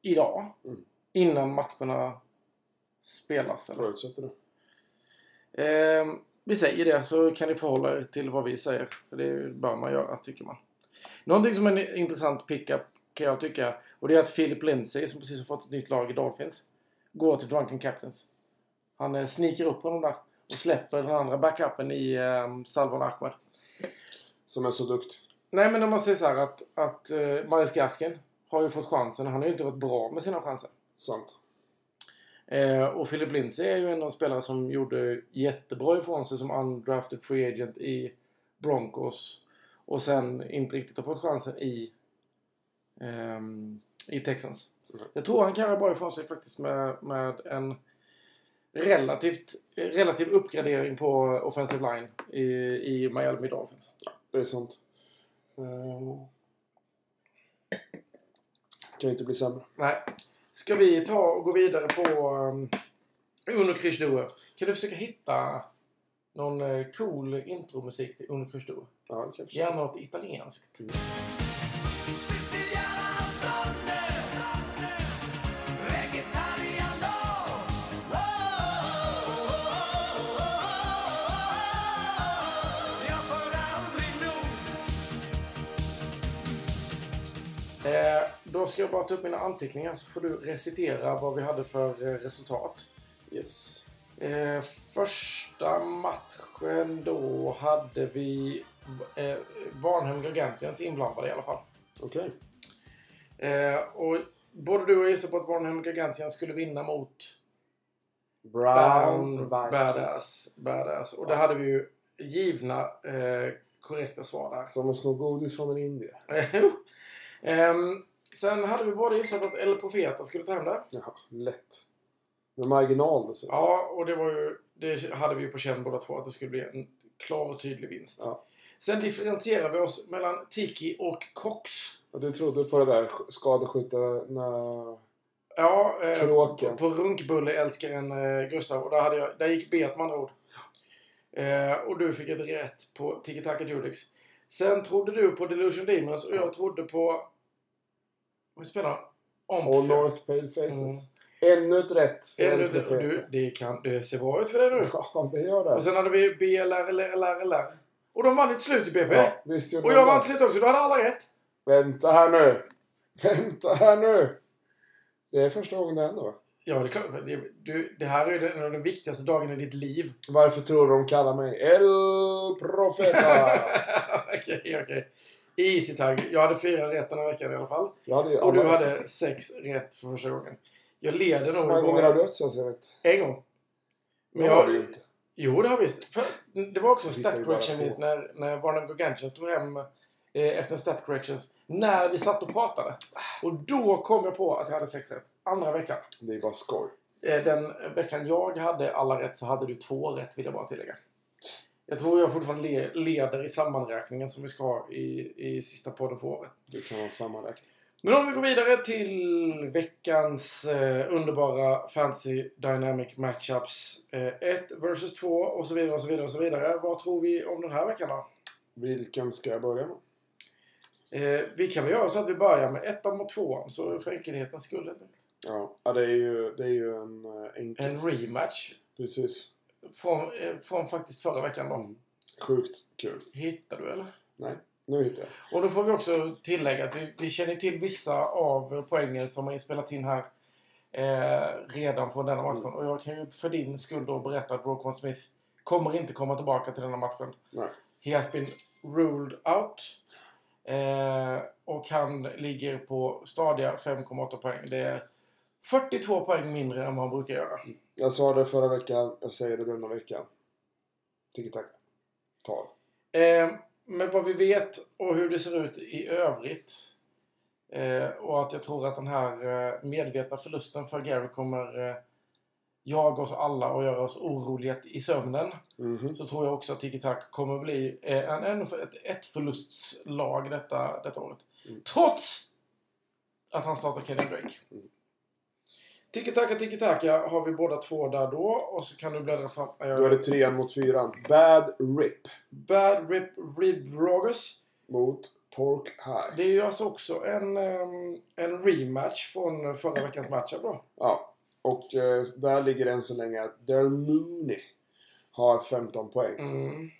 S1: idag.
S2: Mm.
S1: Innan matcherna spelas. Eller?
S2: Förutsätter det.
S1: Eh, vi säger det så kan ni förhålla er till vad vi säger. För det bör man göra tycker man. Någonting som är en intressant pickup kan jag tycka. Och det är att Philip Lindsay som precis har fått ett nytt lag i Dolphins. Går till Drunken Captains. Han eh, sneaker upp honom där. Och släpper den andra backupen i eh, Salvan Ahmed.
S2: Som är så duktig.
S1: Nej men om man säger så här att, att eh, Marius Gaskin har ju fått chansen. Han har ju inte varit bra med sina chanser.
S2: Sant.
S1: Eh, och Philip Lindsay är ju en av de spelare som gjorde jättebra ifrån sig som undrafted free agent i Broncos. Och sen inte riktigt har fått chansen i, ehm, i Texans.
S2: Mm.
S1: Jag tror han kan göra bra ifrån sig faktiskt med, med en relativt, eh, relativ uppgradering på offensive line i, i Miami Dolphins.
S2: Det är sant. Eh, Kan ju inte bli sämre.
S1: Nej. Ska vi ta och gå vidare på um, Uno Krysch Due? Kan du försöka hitta någon eh, cool intromusik till Uno Krysch Due?
S2: Ja, det kan jag förstå.
S1: Gärna något italienskt.
S4: Siciliana donne, reggae italiano. Oh, oh, oh, oh. Jag får aldrig nog.
S1: Eh, då ska jag bara ta upp mina anteckningar så får du recitera vad vi hade för eh, resultat.
S2: Yes.
S1: Eh, första matchen då hade vi eh, Varnhem Gargantians inblandade i alla fall.
S2: Okej.
S1: Eh, och både du och jag gissade på att Varnhem Gargantians skulle vinna mot Down, badass, badass. Och det hade vi ju givna eh, korrekta svar där.
S2: Som att snå godis från en indier.
S1: Ehm, sen hade vi båda gissat att El Profeta skulle ta hem det.
S2: Jaha, lätt. Med marginal dessutom.
S1: Ja, och det var ju... Det hade vi ju på känn båda två att det skulle bli en klar och tydlig vinst.
S2: Ja.
S1: Sen differentierar vi oss mellan Tiki och Cox.
S2: Och du trodde på det där sk- skadeskytte när
S1: Ja, eh,
S2: Kråka.
S1: på, på Runkbulleälskaren eh, Gustav. Och där, hade jag, där gick B med andra ord. Eh, och du fick ett rätt på Tiki Taka Judex. Sen trodde du på Delusion Demons och jag trodde på... Vad spelar han?
S2: Och
S1: Omf.
S2: North Pale Faces.
S1: Mm.
S2: Ännu ett rätt. för
S1: Eller,
S2: LP
S1: och du, det, kan, det ser bra ut för dig nu.
S2: Ja, det gör det.
S1: Och sen hade vi BLRLRLR. Och de vann ju till slut i BP.
S2: ja, visst gjorde
S1: och
S2: de
S1: jag vann
S2: det.
S1: till slut också. Du hade alla rätt.
S2: Vänta här nu. Vänta här nu. Det är första gången det händer va?
S1: Ja, det är klart. Det, du, det här är ju den- en av de viktigaste dagarna i ditt liv.
S2: Varför tror du de kallar mig El Profeta?
S1: Okej, okej. Easy tag. Jag hade fyra rätt den här veckan i alla fall.
S2: Jag hade ju
S1: Och du
S2: alla-
S1: hade sex rätt för första gången. Jag leder nog
S2: Hur många
S1: bara-
S2: gånger har du haft rätt?
S1: en gång. Men
S2: Det har du
S1: jag,
S2: ju inte.
S1: Jo, det har jag visst. För, det var också en
S2: Hittar
S1: stat
S2: ju bara
S1: correctionist
S2: på.
S1: när, när Varnum Gogantians tog hem eh, efter en stat corrections. När vi satt och pratade. Och då kom jag på att jag hade sex rätt. Andra veckan.
S2: Det är bara skoj.
S1: Eh, Den veckan jag hade alla rätt så hade du två rätt vill jag bara tillägga. Jag tror jag fortfarande le- leder i sammanräkningen som vi ska ha i, i sista podden för året.
S2: Du kan ha sammanräkning.
S1: Men om vi går vidare till veckans eh, underbara Fantasy Dynamic Matchups. 1 eh, vs 2 och så vidare och så vidare och så vidare. Vad tror vi om den här veckan då?
S2: Vilken ska jag börja med?
S1: Eh, vi kan väl göra så att vi börjar med ettan mot tvåan. Så för enkelhetens skull helt enkelt.
S2: Ja, ja det, är ju, det är ju en eh, enkel...
S1: En rematch.
S2: Precis.
S1: Från, eh, från faktiskt förra veckan då.
S2: Mm. Sjukt kul.
S1: Hittar du eller?
S2: Nej, nu hittar jag.
S1: Och då får vi också tillägga att vi, vi känner till vissa av poängen som har spelats in här eh, redan från denna matchen. Och jag kan ju för din skull då berätta att Roquan Smith kommer inte komma tillbaka till denna matchen.
S2: Nej.
S1: He has been ruled out. Eh, och han ligger på stadiga 5,8 poäng. Det är 42 poäng mindre än vad han brukar göra.
S2: Jag sa det förra veckan, jag säger det denna veckan. Tiki-taka. Tal.
S1: Eh, men vad vi vet och hur det ser ut i övrigt eh, och att jag tror att den här eh, medvetna förlusten för Gary kommer eh, jaga oss alla och göra oss oroliga i sömnen.
S2: Mhm.
S1: Så tror jag också att Tiki Tak kommer bli eh, en, en, ett, ett förlustslag detta, detta året.
S2: Mm.
S1: Trots att han startar Kenny Drake.
S2: Mm.
S1: Tiki-taka, tiki-taka har vi båda två där då. Och så kan du bläddra fram. Jag
S2: Då är det typ- trean mot fyran. Bad Rip
S1: Bad Rip Rib Rogers.
S2: mot Pork High.
S1: Det är ju alltså också en, ehm, en rematch från förra veckans match. Då.
S2: Ja. Och eh, där ligger än så länge att Del Mooney har 15 poäng.
S1: Mm.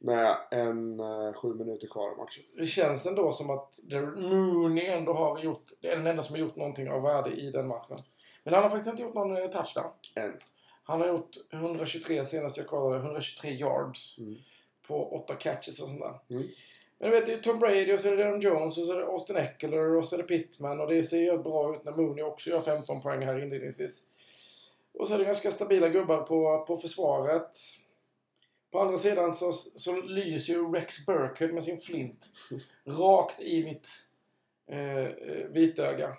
S2: Med en eh, sju minuter kvar av matchen.
S1: Det känns ändå som att The Mooney ändå har gjort... Det är den enda som har gjort någonting av värde i den matchen. Men han har faktiskt inte gjort någon eh, touchdown.
S2: En.
S1: Han har gjort 123 senast jag kollade, 123 yards
S2: Mm.
S1: på åtta catches och sånt där.
S2: Mm.
S1: Men du vet, det är Tom Brady och så är det Darren Jones och så är det Austin Eckler och så är det Pittman och det ser ju bra ut när Mooney också gör 15 poäng här inledningsvis. Och så är det ganska stabila gubbar på, på försvaret. På andra sidan så, så lyser ju Rex Burkhead med sin flint rakt i mitt eh, eh, vitöga.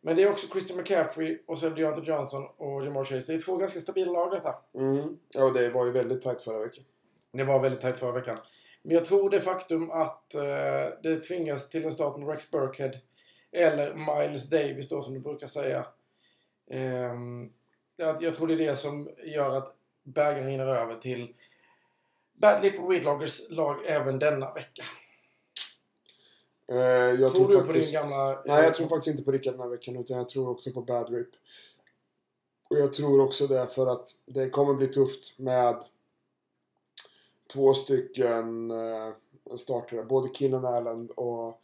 S1: Men det är också Christian McCaffrey och så är det Deontay Johnson och Jamar Chase. Det är två ganska stabila lag detta.
S2: Mm. Ja, det var ju väldigt tajt förra veckan.
S1: Det var väldigt tajt förra veckan. Men jag tror det faktum att eh, det tvingas till en start med Rex Burkhead eller Miles Davis då som du brukar säga. Ehm, jag, jag tror det är det som gör att bägaren rinner över till Bad Lip Weedloggers lag även denna vecka.
S2: Eh, jag
S1: Tror
S2: tror,
S1: du på
S2: faktiskt...
S1: din gamla-
S2: Nej, jag tror faktiskt inte på Rickard den här veckan. Utan jag tror också på Bad Rip. Och jag tror också det för att det kommer bli tufft med två stycken eh, startare. Både Keenan Allen och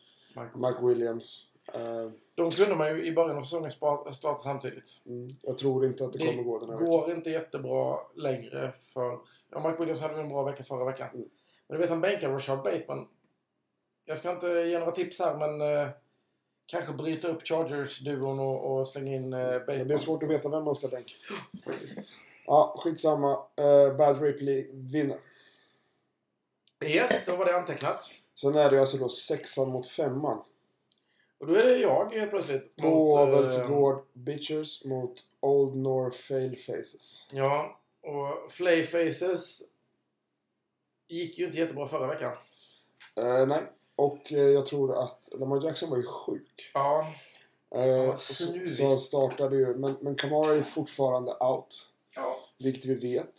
S2: Mike Williams. Eh,
S1: De kunde man ju i början av säsongen spa- starta samtidigt.
S2: mm, jag tror inte att det kommer gå den här veckan.
S1: går inte jättebra längre för... Ja, Mike Williams hade väl en bra vecka förra veckan.
S2: Mm.
S1: Men du vet, han bänkar Rashard Bateman. Jag ska inte ge några tips här, men eh, kanske bryta upp Chargers-duon och, och slänga in eh, Bateman.
S2: Men Mm. det är svårt att veta vem man ska tänka.
S1: faktiskt.
S2: Ja, skitsamma. Eh, Bad Rip li- vinner.
S1: Yes, då var det antecknat.
S2: Sen är det alltså då sexan mot femman.
S1: Och då är det jag helt plötsligt. mot, eh,
S2: Bovelsgård Bitches mot Old North Fail Faces.
S1: eh, Ja, och Flay Faces gick ju inte jättebra förra veckan.
S2: Eh, nej. Och eh, jag tror att Lamar Jackson var ju sjuk.
S1: Ja,
S2: Eh, så,
S1: snuvig.
S2: så han startade ju, men, men Kamara är fortfarande out.
S1: Ja.
S2: Vilket vi vet.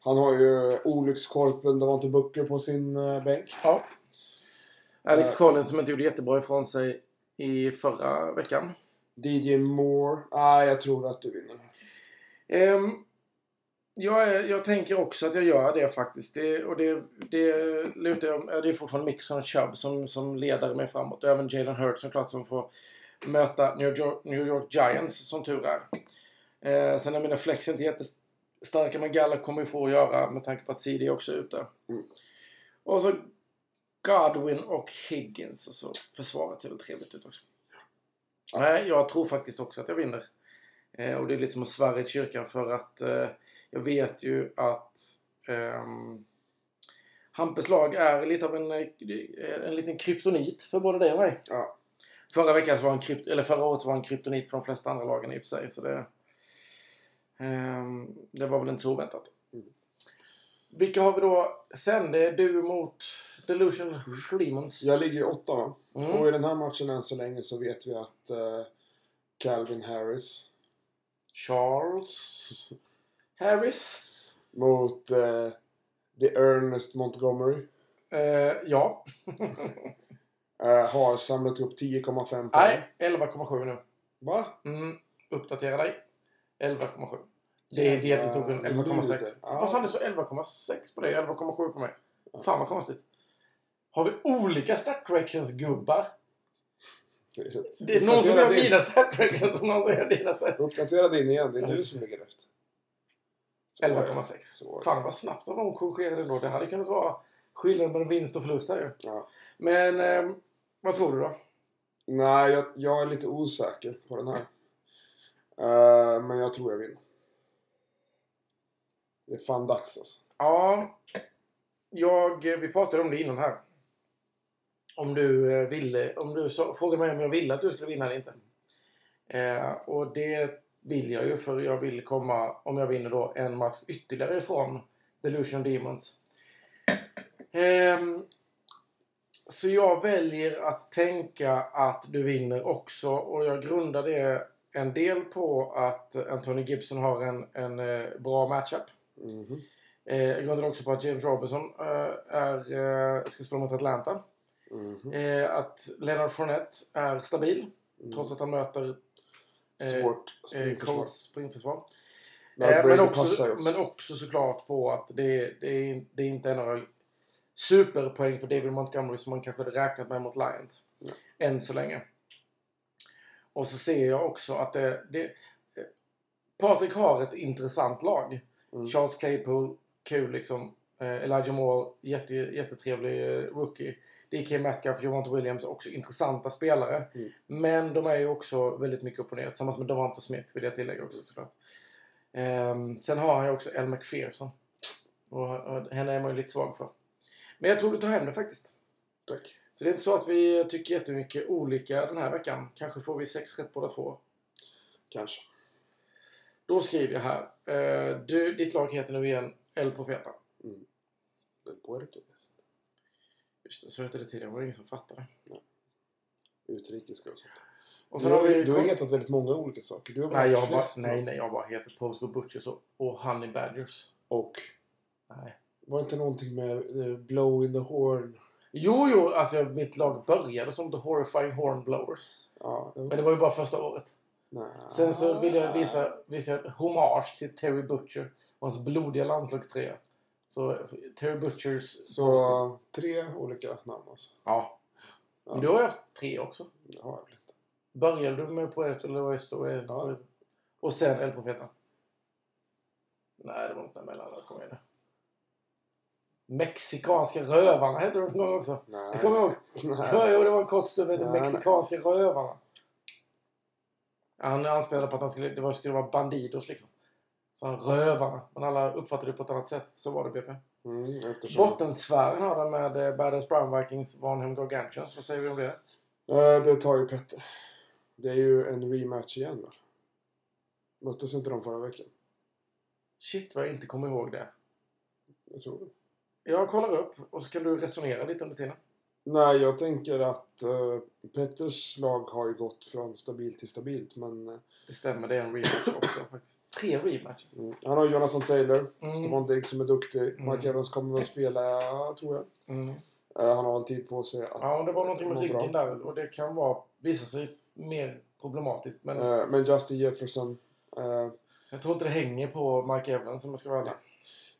S2: Han har ju eh, olyckskorpen Davante Booker på sin eh, bänk.
S1: ja. Alex Collins som inte gjorde jättebra ifrån sig i förra veckan.
S2: DJ Moore. Ah, jag tror att du vinner.
S1: Ehm, jag, är, jag tänker också att jag gör det faktiskt. Det, och det, det lutar jag... ja, Det är fortfarande Mixon och Chubb som, som leder mig framåt. Och även Jalen Hurts såklart som får möta New York, New York Giants som tur är. Eh, sen är mina flex inte jättestarka men Gallup kommer ju få att göra med tanke på att CD också är ute. Och så Godwin och Higgins och så försvaret ser väl trevligt ut också. Nej, jag tror faktiskt också att jag vinner. Eh, och det är lite som att svära i kyrkan för att eh, jag vet ju att ehm, Hampus lag är lite av en, eh, en liten kryptonit för både dig och mig.
S2: Ja.
S1: Förra, veckan så var en krypt, eller förra året så var han kryptonit för de flesta andra lagen i och för sig. Så det, ehm, det var väl inte så oväntat. Vilka har vi då sen? Det är du mot Delusion Schlimons.
S2: Jag ligger i åtta va?
S1: Mm.
S2: Och i den här matchen än så länge så vet vi att eh, Calvin Harris
S1: Charles Harris.
S2: mot eh, The Ernest Montgomery
S1: Eh, ja.
S2: eh, har samlat ihop 10,5 poäng.
S1: Nej, 11,7 nu.
S2: Va?
S1: Mm, uppdatera dig. 11,7. Det är en
S2: Jävla
S1: jättestor skillnad. 11,6.
S2: lite. Ja.
S1: Vad fan det står 11,6 på dig 11,7 på mig? Fan vad konstigt. Har vi olika stat corrections gubbar? Det är någon som gör
S2: Uppdatera din.
S1: mina stat corrections och någon som gör dina stat
S2: Uppdatera din igen. Det är du som ligger efter. Så är det.
S1: 11,6.
S2: Så.
S1: Fan vad snabbt de korrigerade ändå. Det hade kunnat vara skillnad mellan vinst och förlust där ju.
S2: Ja.
S1: Men ehm, vad tror du då?
S2: Nej, jag, jag är lite osäker på den här. Eh, men jag tror jag vinner. Det är fan dags alltså.
S1: Ja, jag, eh, vi pratade om det innan här. Om du eh, ville, om du sa- frågade mig om jag ville att du skulle vinna eller inte. Eh, och det vill jag ju för jag vill komma, om jag vinner då, en match ytterligare ifrån Delusion Demons. Ehm, så jag väljer att tänka att du vinner också och jag grundar det en del på att Anthony Gibson har en, en eh, bra matchup.
S2: Mhm.
S1: Eh, jag grundar också på att James Robinson eh, är, eh, ska spela mot Atlanta.
S2: Mhm.
S1: Eh, att Leonard Fournette är stabil trots att han möter eh,
S2: Svårt
S1: eh,
S2: springförsvar.
S1: Colts springförsvar.
S2: Men
S1: Eh, men,
S2: Brady
S1: också,
S2: passar ju också.
S1: men också såklart på att det, det, det inte är några superpoäng för David Montgomery som man kanske hade räknat med mot Lions. Än så länge. Och så ser jag också att det... det eh, Patrik har ett intressant lag.
S2: Mm.
S1: Charles Claypool, kul liksom. Eh, Elijah Moore, jätte, jättetrevlig eh, rookie. DK Metcalf, Javante Williams, också intressanta spelare.
S2: Mm.
S1: Men de är ju också väldigt mycket upp och ner. Tillsammans med Davante Smith vill jag tillägga också såklart. Ehm, sen har han ju också Elle McPherson. Och, och henne är man ju lite svag för. Men jag tror du tar hem det faktiskt.
S2: Tack.
S1: Så det är inte så att vi tycker jättemycket olika den här veckan. Kanske får vi sex rätt båda två.
S2: Kanske.
S1: Då skriver jag här. eh, du, ditt lag heter nu igen El Profeta.
S2: Del Puerto West.
S1: Just det, så hette det tidigare. Det var ingen som fattade.
S2: Utrikiska och sånt.
S1: Och
S2: Du
S1: sen
S2: har,
S1: har vi...
S2: du har hetat väldigt många olika saker. Du har
S1: nej, jag
S2: varit
S1: har bara,
S2: flest
S1: nej, nej, jag har bara heter Posco Butchers och, och Honey Badgers.
S2: Och
S1: Nej.
S2: var det inte någonting med eh, Blow in the Horn?
S1: Jo, jo, alltså mitt lag började som The Horrifying Hornblowers.
S2: Ja, jag-
S1: Men det var ju bara första året.
S2: nej.
S1: Sen så ville
S2: Ah.
S1: jag visa, visa hommage till Terry Butcher och hans blodiga landslagstrea. Så Terry Butchers...
S2: Så tre olika namn alltså.
S1: Ja. Men du har ju haft tre också.
S2: Det har jag väl inte.
S1: Började du med Poet eller West och,
S2: Ja.
S1: och sen El Profeta? Nej, det var inte mellan. Kom igen nu. Mexikanska rövarna hette de någon gång också.
S2: Nej.
S1: Jag kommer ihåg.
S2: Nej.
S1: Ja, jo, det var en kort stund med de
S2: Nej,
S1: mexikanska rövarna. Han anspelade på att han skulle, det var, skulle vara bandidos liksom. Så han rövarna. Men alla uppfattade det på ett annat sätt. Så var det BP.
S2: Mm, eftersom...
S1: Bottensfären har den med eh, Badass Brown Vikings, Varnhem Gargantuans. Vad säger vi om det?
S2: Eh, det tar ju Petter. Det är ju en rematch igen väl? Möttes inte de förra veckan?
S1: Shit vad jag inte kommer ihåg det.
S2: Jag tror det.
S1: Jag kollar upp och så kan du resonera lite under tiden.
S2: Nej, jag tänker att eh, Petters lag har ju gått från stabilt till stabilt. Men eh,
S1: Det stämmer, det är en rematch också faktiskt. Tre rematches.
S2: mm, han har Jonathan Taylor,
S1: Mm.
S2: Stefan Diggs som är duktig. Mike Evans kommer väl spela, tror jag.
S1: Mm.
S2: Eh, han har väl tid på sig att
S1: Ja, det var någonting med
S2: må bra.
S1: ryggen där och det kan vara, visa sig mer problematiskt. Men
S2: Eh, men Justin Jefferson. eh,
S1: jag tror inte det hänger på Mike Evans om jag ska vara ärlig.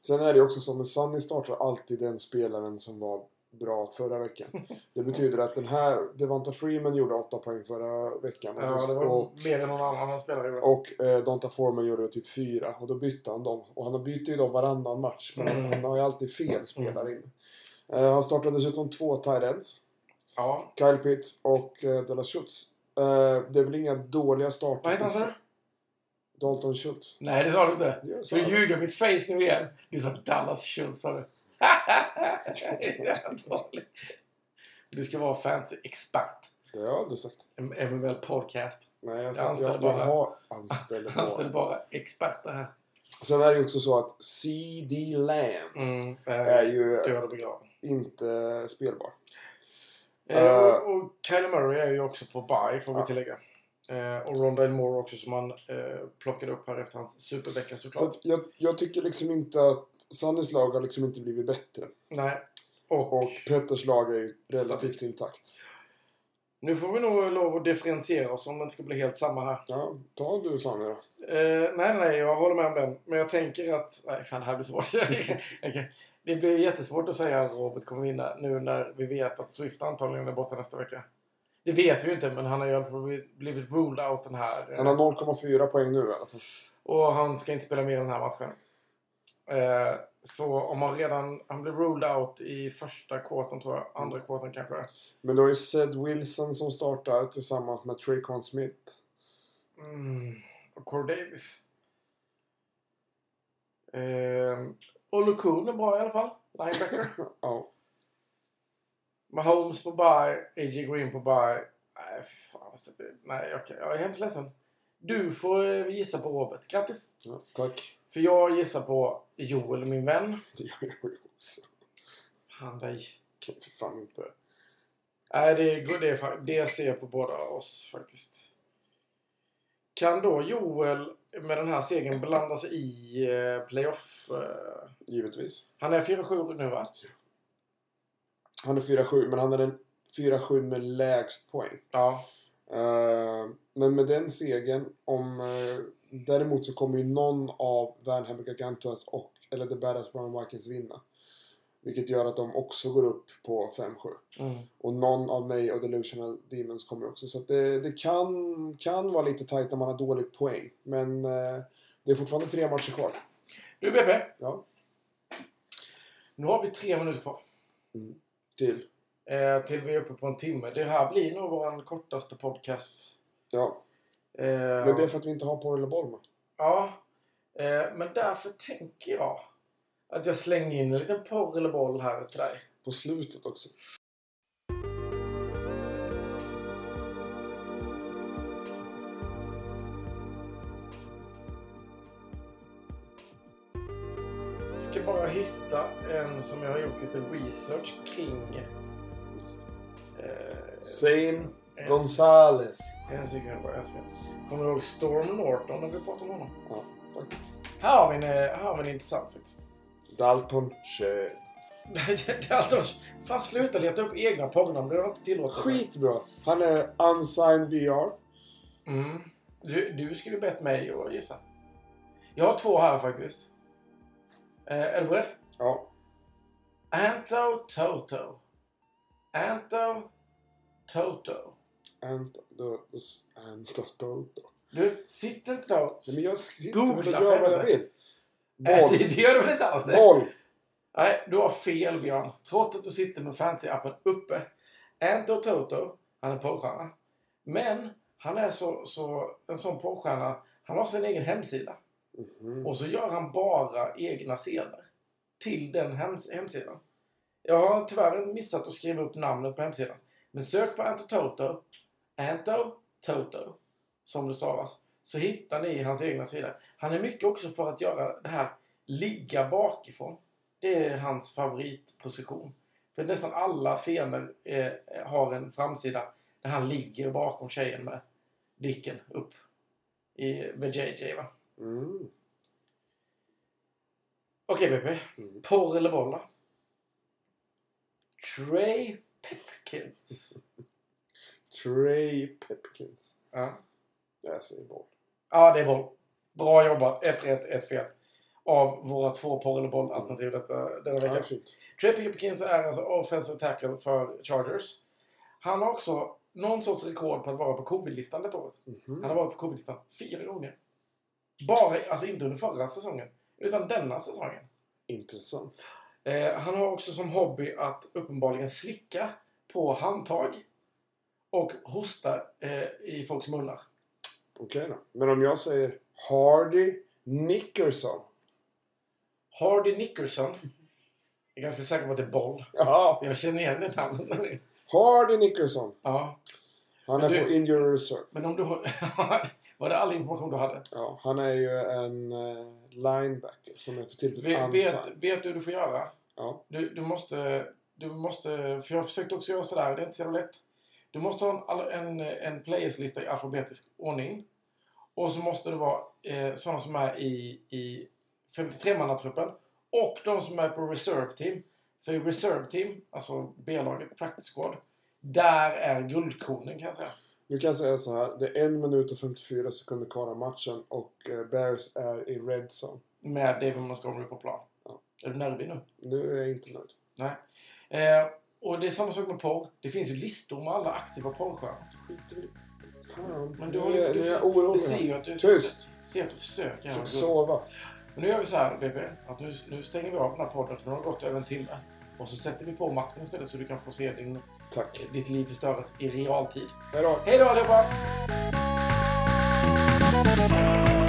S2: Sen är det också så, men Sunny startar alltid den spelaren som var bra förra veckan. Det betyder att den här, Devonta Freeman gjorde 8 poäng förra veckan.
S1: Ja, det var
S2: och
S1: mer än någon annan han spelade gjorde.
S2: och eh, Donta Foreman gjorde typ 4 och då bytte han dem. Och han byter ju dem varannan match, men han,
S1: Mm.
S2: han har ju alltid fel spelare in. Eh, han startade dessutom två tight ends.
S1: Ja.
S2: Kyle Pitts och eh, Della Schutz. Eh, det är väl inga dåliga starter.
S1: Vad heter han sa du?
S2: Dalton Schutz.
S1: Nej, det sa du inte.
S2: Jo,
S1: Så
S2: sa jag.
S1: du ljuger mitt face nu igen. Du sa Dallas Schultz, sa du. Jävla dålig. Du ska vara fantasy-expert.
S2: Det har jag aldrig sagt.
S1: M- MML Podcast.
S2: Nej, jag,
S1: Jag
S2: jag,
S1: anställer
S2: jag, jag
S1: bara-
S2: har anställer
S1: Han
S2: bara.
S1: ställer bara experter här.
S2: Sen är det ju också så att CD Lamb
S1: Mm,
S2: är
S1: eh,
S2: ju
S1: död och begraven.
S2: inte spelbar.
S1: Eh, och- och Kyler Murray är ju också på bye, får vi
S2: Ja.
S1: tillägga. Eh, och Rondale Moore också som han eh, plockade upp här efter hans supervecka såklart.
S2: Så att jag, jag tycker liksom inte att Sunnys lag har liksom inte blivit bättre.
S1: Nej. Och,
S2: Och Petters lag är ju relativt intakt.
S1: nu får vi nog lov att differentiera oss om det inte ska bli helt samma här.
S2: Ja, ta du Sanne då.
S1: Eh, nej, nej, jag håller med om den. Men jag tänker att... Nej, fan, det här blir svårt. Okej. det blir jättesvårt att säga att Robert kommer vinna nu när vi vet att Swift antagligen är borta nästa vecka. Det vet vi ju inte, men han har ju i alla fall blivit- blivit ruled out den här. eh,
S2: Han har 0,4 poäng nu i alla fall.
S1: Och han ska inte spela mer i den här matchen. Eh, så om han redan... Han blev ruled out i första kvarten, tror jag. Andra kvarten kanske.
S2: Men då är det Zed Wilson som startar tillsammans med Traycon Smith.
S1: Mm. Och Corey Davis. Ehm, och Lukun är bra i alla fall. Linebacker.
S2: Ja.
S1: Mahomes på bye. A.J. Green på bye. Nej, fy fan. Alltså, det, nej, jag, kan- jag är hemskt ledsen. Du får eh, gissa på Robert. Grattis!
S2: ja tack.
S1: För jag gissar på Joel, min vän.
S2: Det gör jag ju också.
S1: Han dig.
S2: Kan för fan inte.
S1: Nej, det, är- det, är fa- det ser jag på båda oss faktiskt. Kan då Joel med den här segern blanda sig i eh, playoff? Eh,
S2: Givetvis.
S1: Han är 4-7 nu va?
S2: Han är 4-7, men han är den 4-7 med lägst poäng.
S1: Ja.
S2: Eh, men med den segern, om... eh, däremot så kommer ju någon av Vanhammer Gargantuas och eller The Badass Brown Vikings vinna. Vilket gör att de också går upp på 5-7.
S1: Mm.
S2: Och någon av mig och Delusional Demons kommer också. Så att det, det kan, kan vara lite tajt när man har dåligt poäng. Men eh, det är fortfarande tre matcher kvar.
S1: Du BP,
S2: Ja,
S1: nu har vi tre minuter kvar.
S2: till.
S1: Eh, till vi är uppe på en timme. Det här blir nog vår kortaste podcast.
S2: Ja,
S1: Eh,
S2: men det är för att vi inte har Paul eller Bolman.
S1: Ja. Eh, men därför tänker jag att jag slänger in en liten porr eller boll här till dig.
S2: På slutet också.
S1: Ska bara hitta en som jag har gjort lite research kring. Eh,
S2: Zane
S1: en-
S2: Gonzales.
S1: En sekund bara. en sekund. Kommer du ihåg Storm Norton när vi pratade om honom?
S2: Ja, faktiskt.
S1: Här har vi en, eh, här har vi en intressant faktiskt.
S2: Dalton Shea.
S1: det är alltså, fan sluta leta upp egna porrnamn, det har jag inte tillåtet.
S2: Skitbra! Han är unsigned VR.
S1: Mm. Du, du skulle bett mig att gissa. Jag har två här faktiskt. Eh, är du beredd?
S2: Ja.
S1: Anto Toto. Anto Toto.
S2: Ant... då- då s- Ant... då- då- då.
S1: Du, sitter inte där och...
S2: Nej, men jag sitter
S1: Googla
S2: väl och gör vad jag
S1: själv.
S2: vill.
S1: Nej,
S2: Boll.
S1: Eh, det gör du väl inte alls? det?
S2: Boll!
S1: Nej, du har fel Björn. Trots att du sitter med fantasy-appen uppe. Anto Toto, han är porrstjärna. Men han är så, så, en sån porrstjärna. Han har sin egen hemsida.
S2: Mhm.
S1: Och så gör han bara egna scener. Till den hems hemsidan. Jag har tyvärr missat att skriva upp namnet på hemsidan. Men sök på Anto Toto. Anto Toto. Som det stavas. Så hittar ni hans egna sida. Han är mycket också för att göra det här ligga bakifrån. Det är hans favoritposition. För nästan alla scener eh, har en framsida där han ligger bakom tjejen med dicken upp. I VJJ va?
S2: Mm.
S1: Okej BP.
S2: Mm.
S1: Porr eller bolla? Trey Pipkins.
S2: Trey Pepkins.
S1: Ja.
S2: Jag säger boll.
S1: Ja, det är boll. Bra jobbat. Ett rätt, ett fel. Av våra två porr eller boll-alternativ detta- denna
S2: Ja,
S1: vecka.
S2: fint.
S1: Trey Pipkins är alltså offensive tackle för Chargers. Han har också någon sorts rekord på att vara på covid-listan detta året.
S2: Mhm.
S1: Han har varit på covid-listan fyra gånger. Bara, alltså inte under förra säsongen, utan denna säsongen.
S2: Intressant.
S1: Eh, han har också som hobby att uppenbarligen slicka på handtag och hosta eh, i folks munnar.
S2: Okej då. Men om jag säger Hardy Nickerson.
S1: Hardy Nickerson. Jag är ganska säker på att det är boll.
S2: Ja.
S1: Jag känner igen det namnet.
S2: Hardy Nickerson.
S1: Ja,
S2: Han
S1: Men
S2: är
S1: du-
S2: på Injury Reserve.
S1: men om du har... Var det all information du hade?
S2: Ja, han är ju en eh, linebacker som är för tillfället
S1: Ve-
S2: ansatt.
S1: Vet, vet du hur du får göra?
S2: Ja.
S1: Du, du måste... Du måste... För jag har försökt också göra sådär, det är inte så jävla lätt. Du måste ha en, all- en, en playerslista i alfabetisk ordning. Och så måste det vara eh, sådana som är i, i 53-mannatruppen och de som är på reserve team. För i reserve team, alltså B-laget, practice squad, där är guldkonen kan jag säga.
S2: Nu kan jag säga så här. Det är en minut och 54 sekunder kvar av matchen och eh, Bears är i red zone.
S1: Med David Montgomery på plan.
S2: Ja.
S1: Är du nervig nu?
S2: Nu är jag inte nöjd.
S1: Nej. Eh, och det är samma sak med porr. Det finns ju listor med alla aktiva porrstjärnor.
S2: Skit i det. Fan,
S1: Men
S2: men
S1: du
S2: du
S1: har
S2: nu, är,
S1: ju-
S2: nu är jag
S1: Jag
S2: orolig.
S1: ser
S2: här.
S1: ju att du,
S2: Tyst!
S1: ser att du försöker.
S2: Försök
S1: Så.
S2: sova.
S1: Men nu gör vi så här, BP. Att nu, nu stänger vi av den här podden för nu har det gått över en timme. Och så sätter vi på matchen istället så du kan få se din, eh,
S2: Tack.
S1: ditt liv förstöras i realtid.
S2: Hej då.
S1: Hej då allihopa!
S4: Thank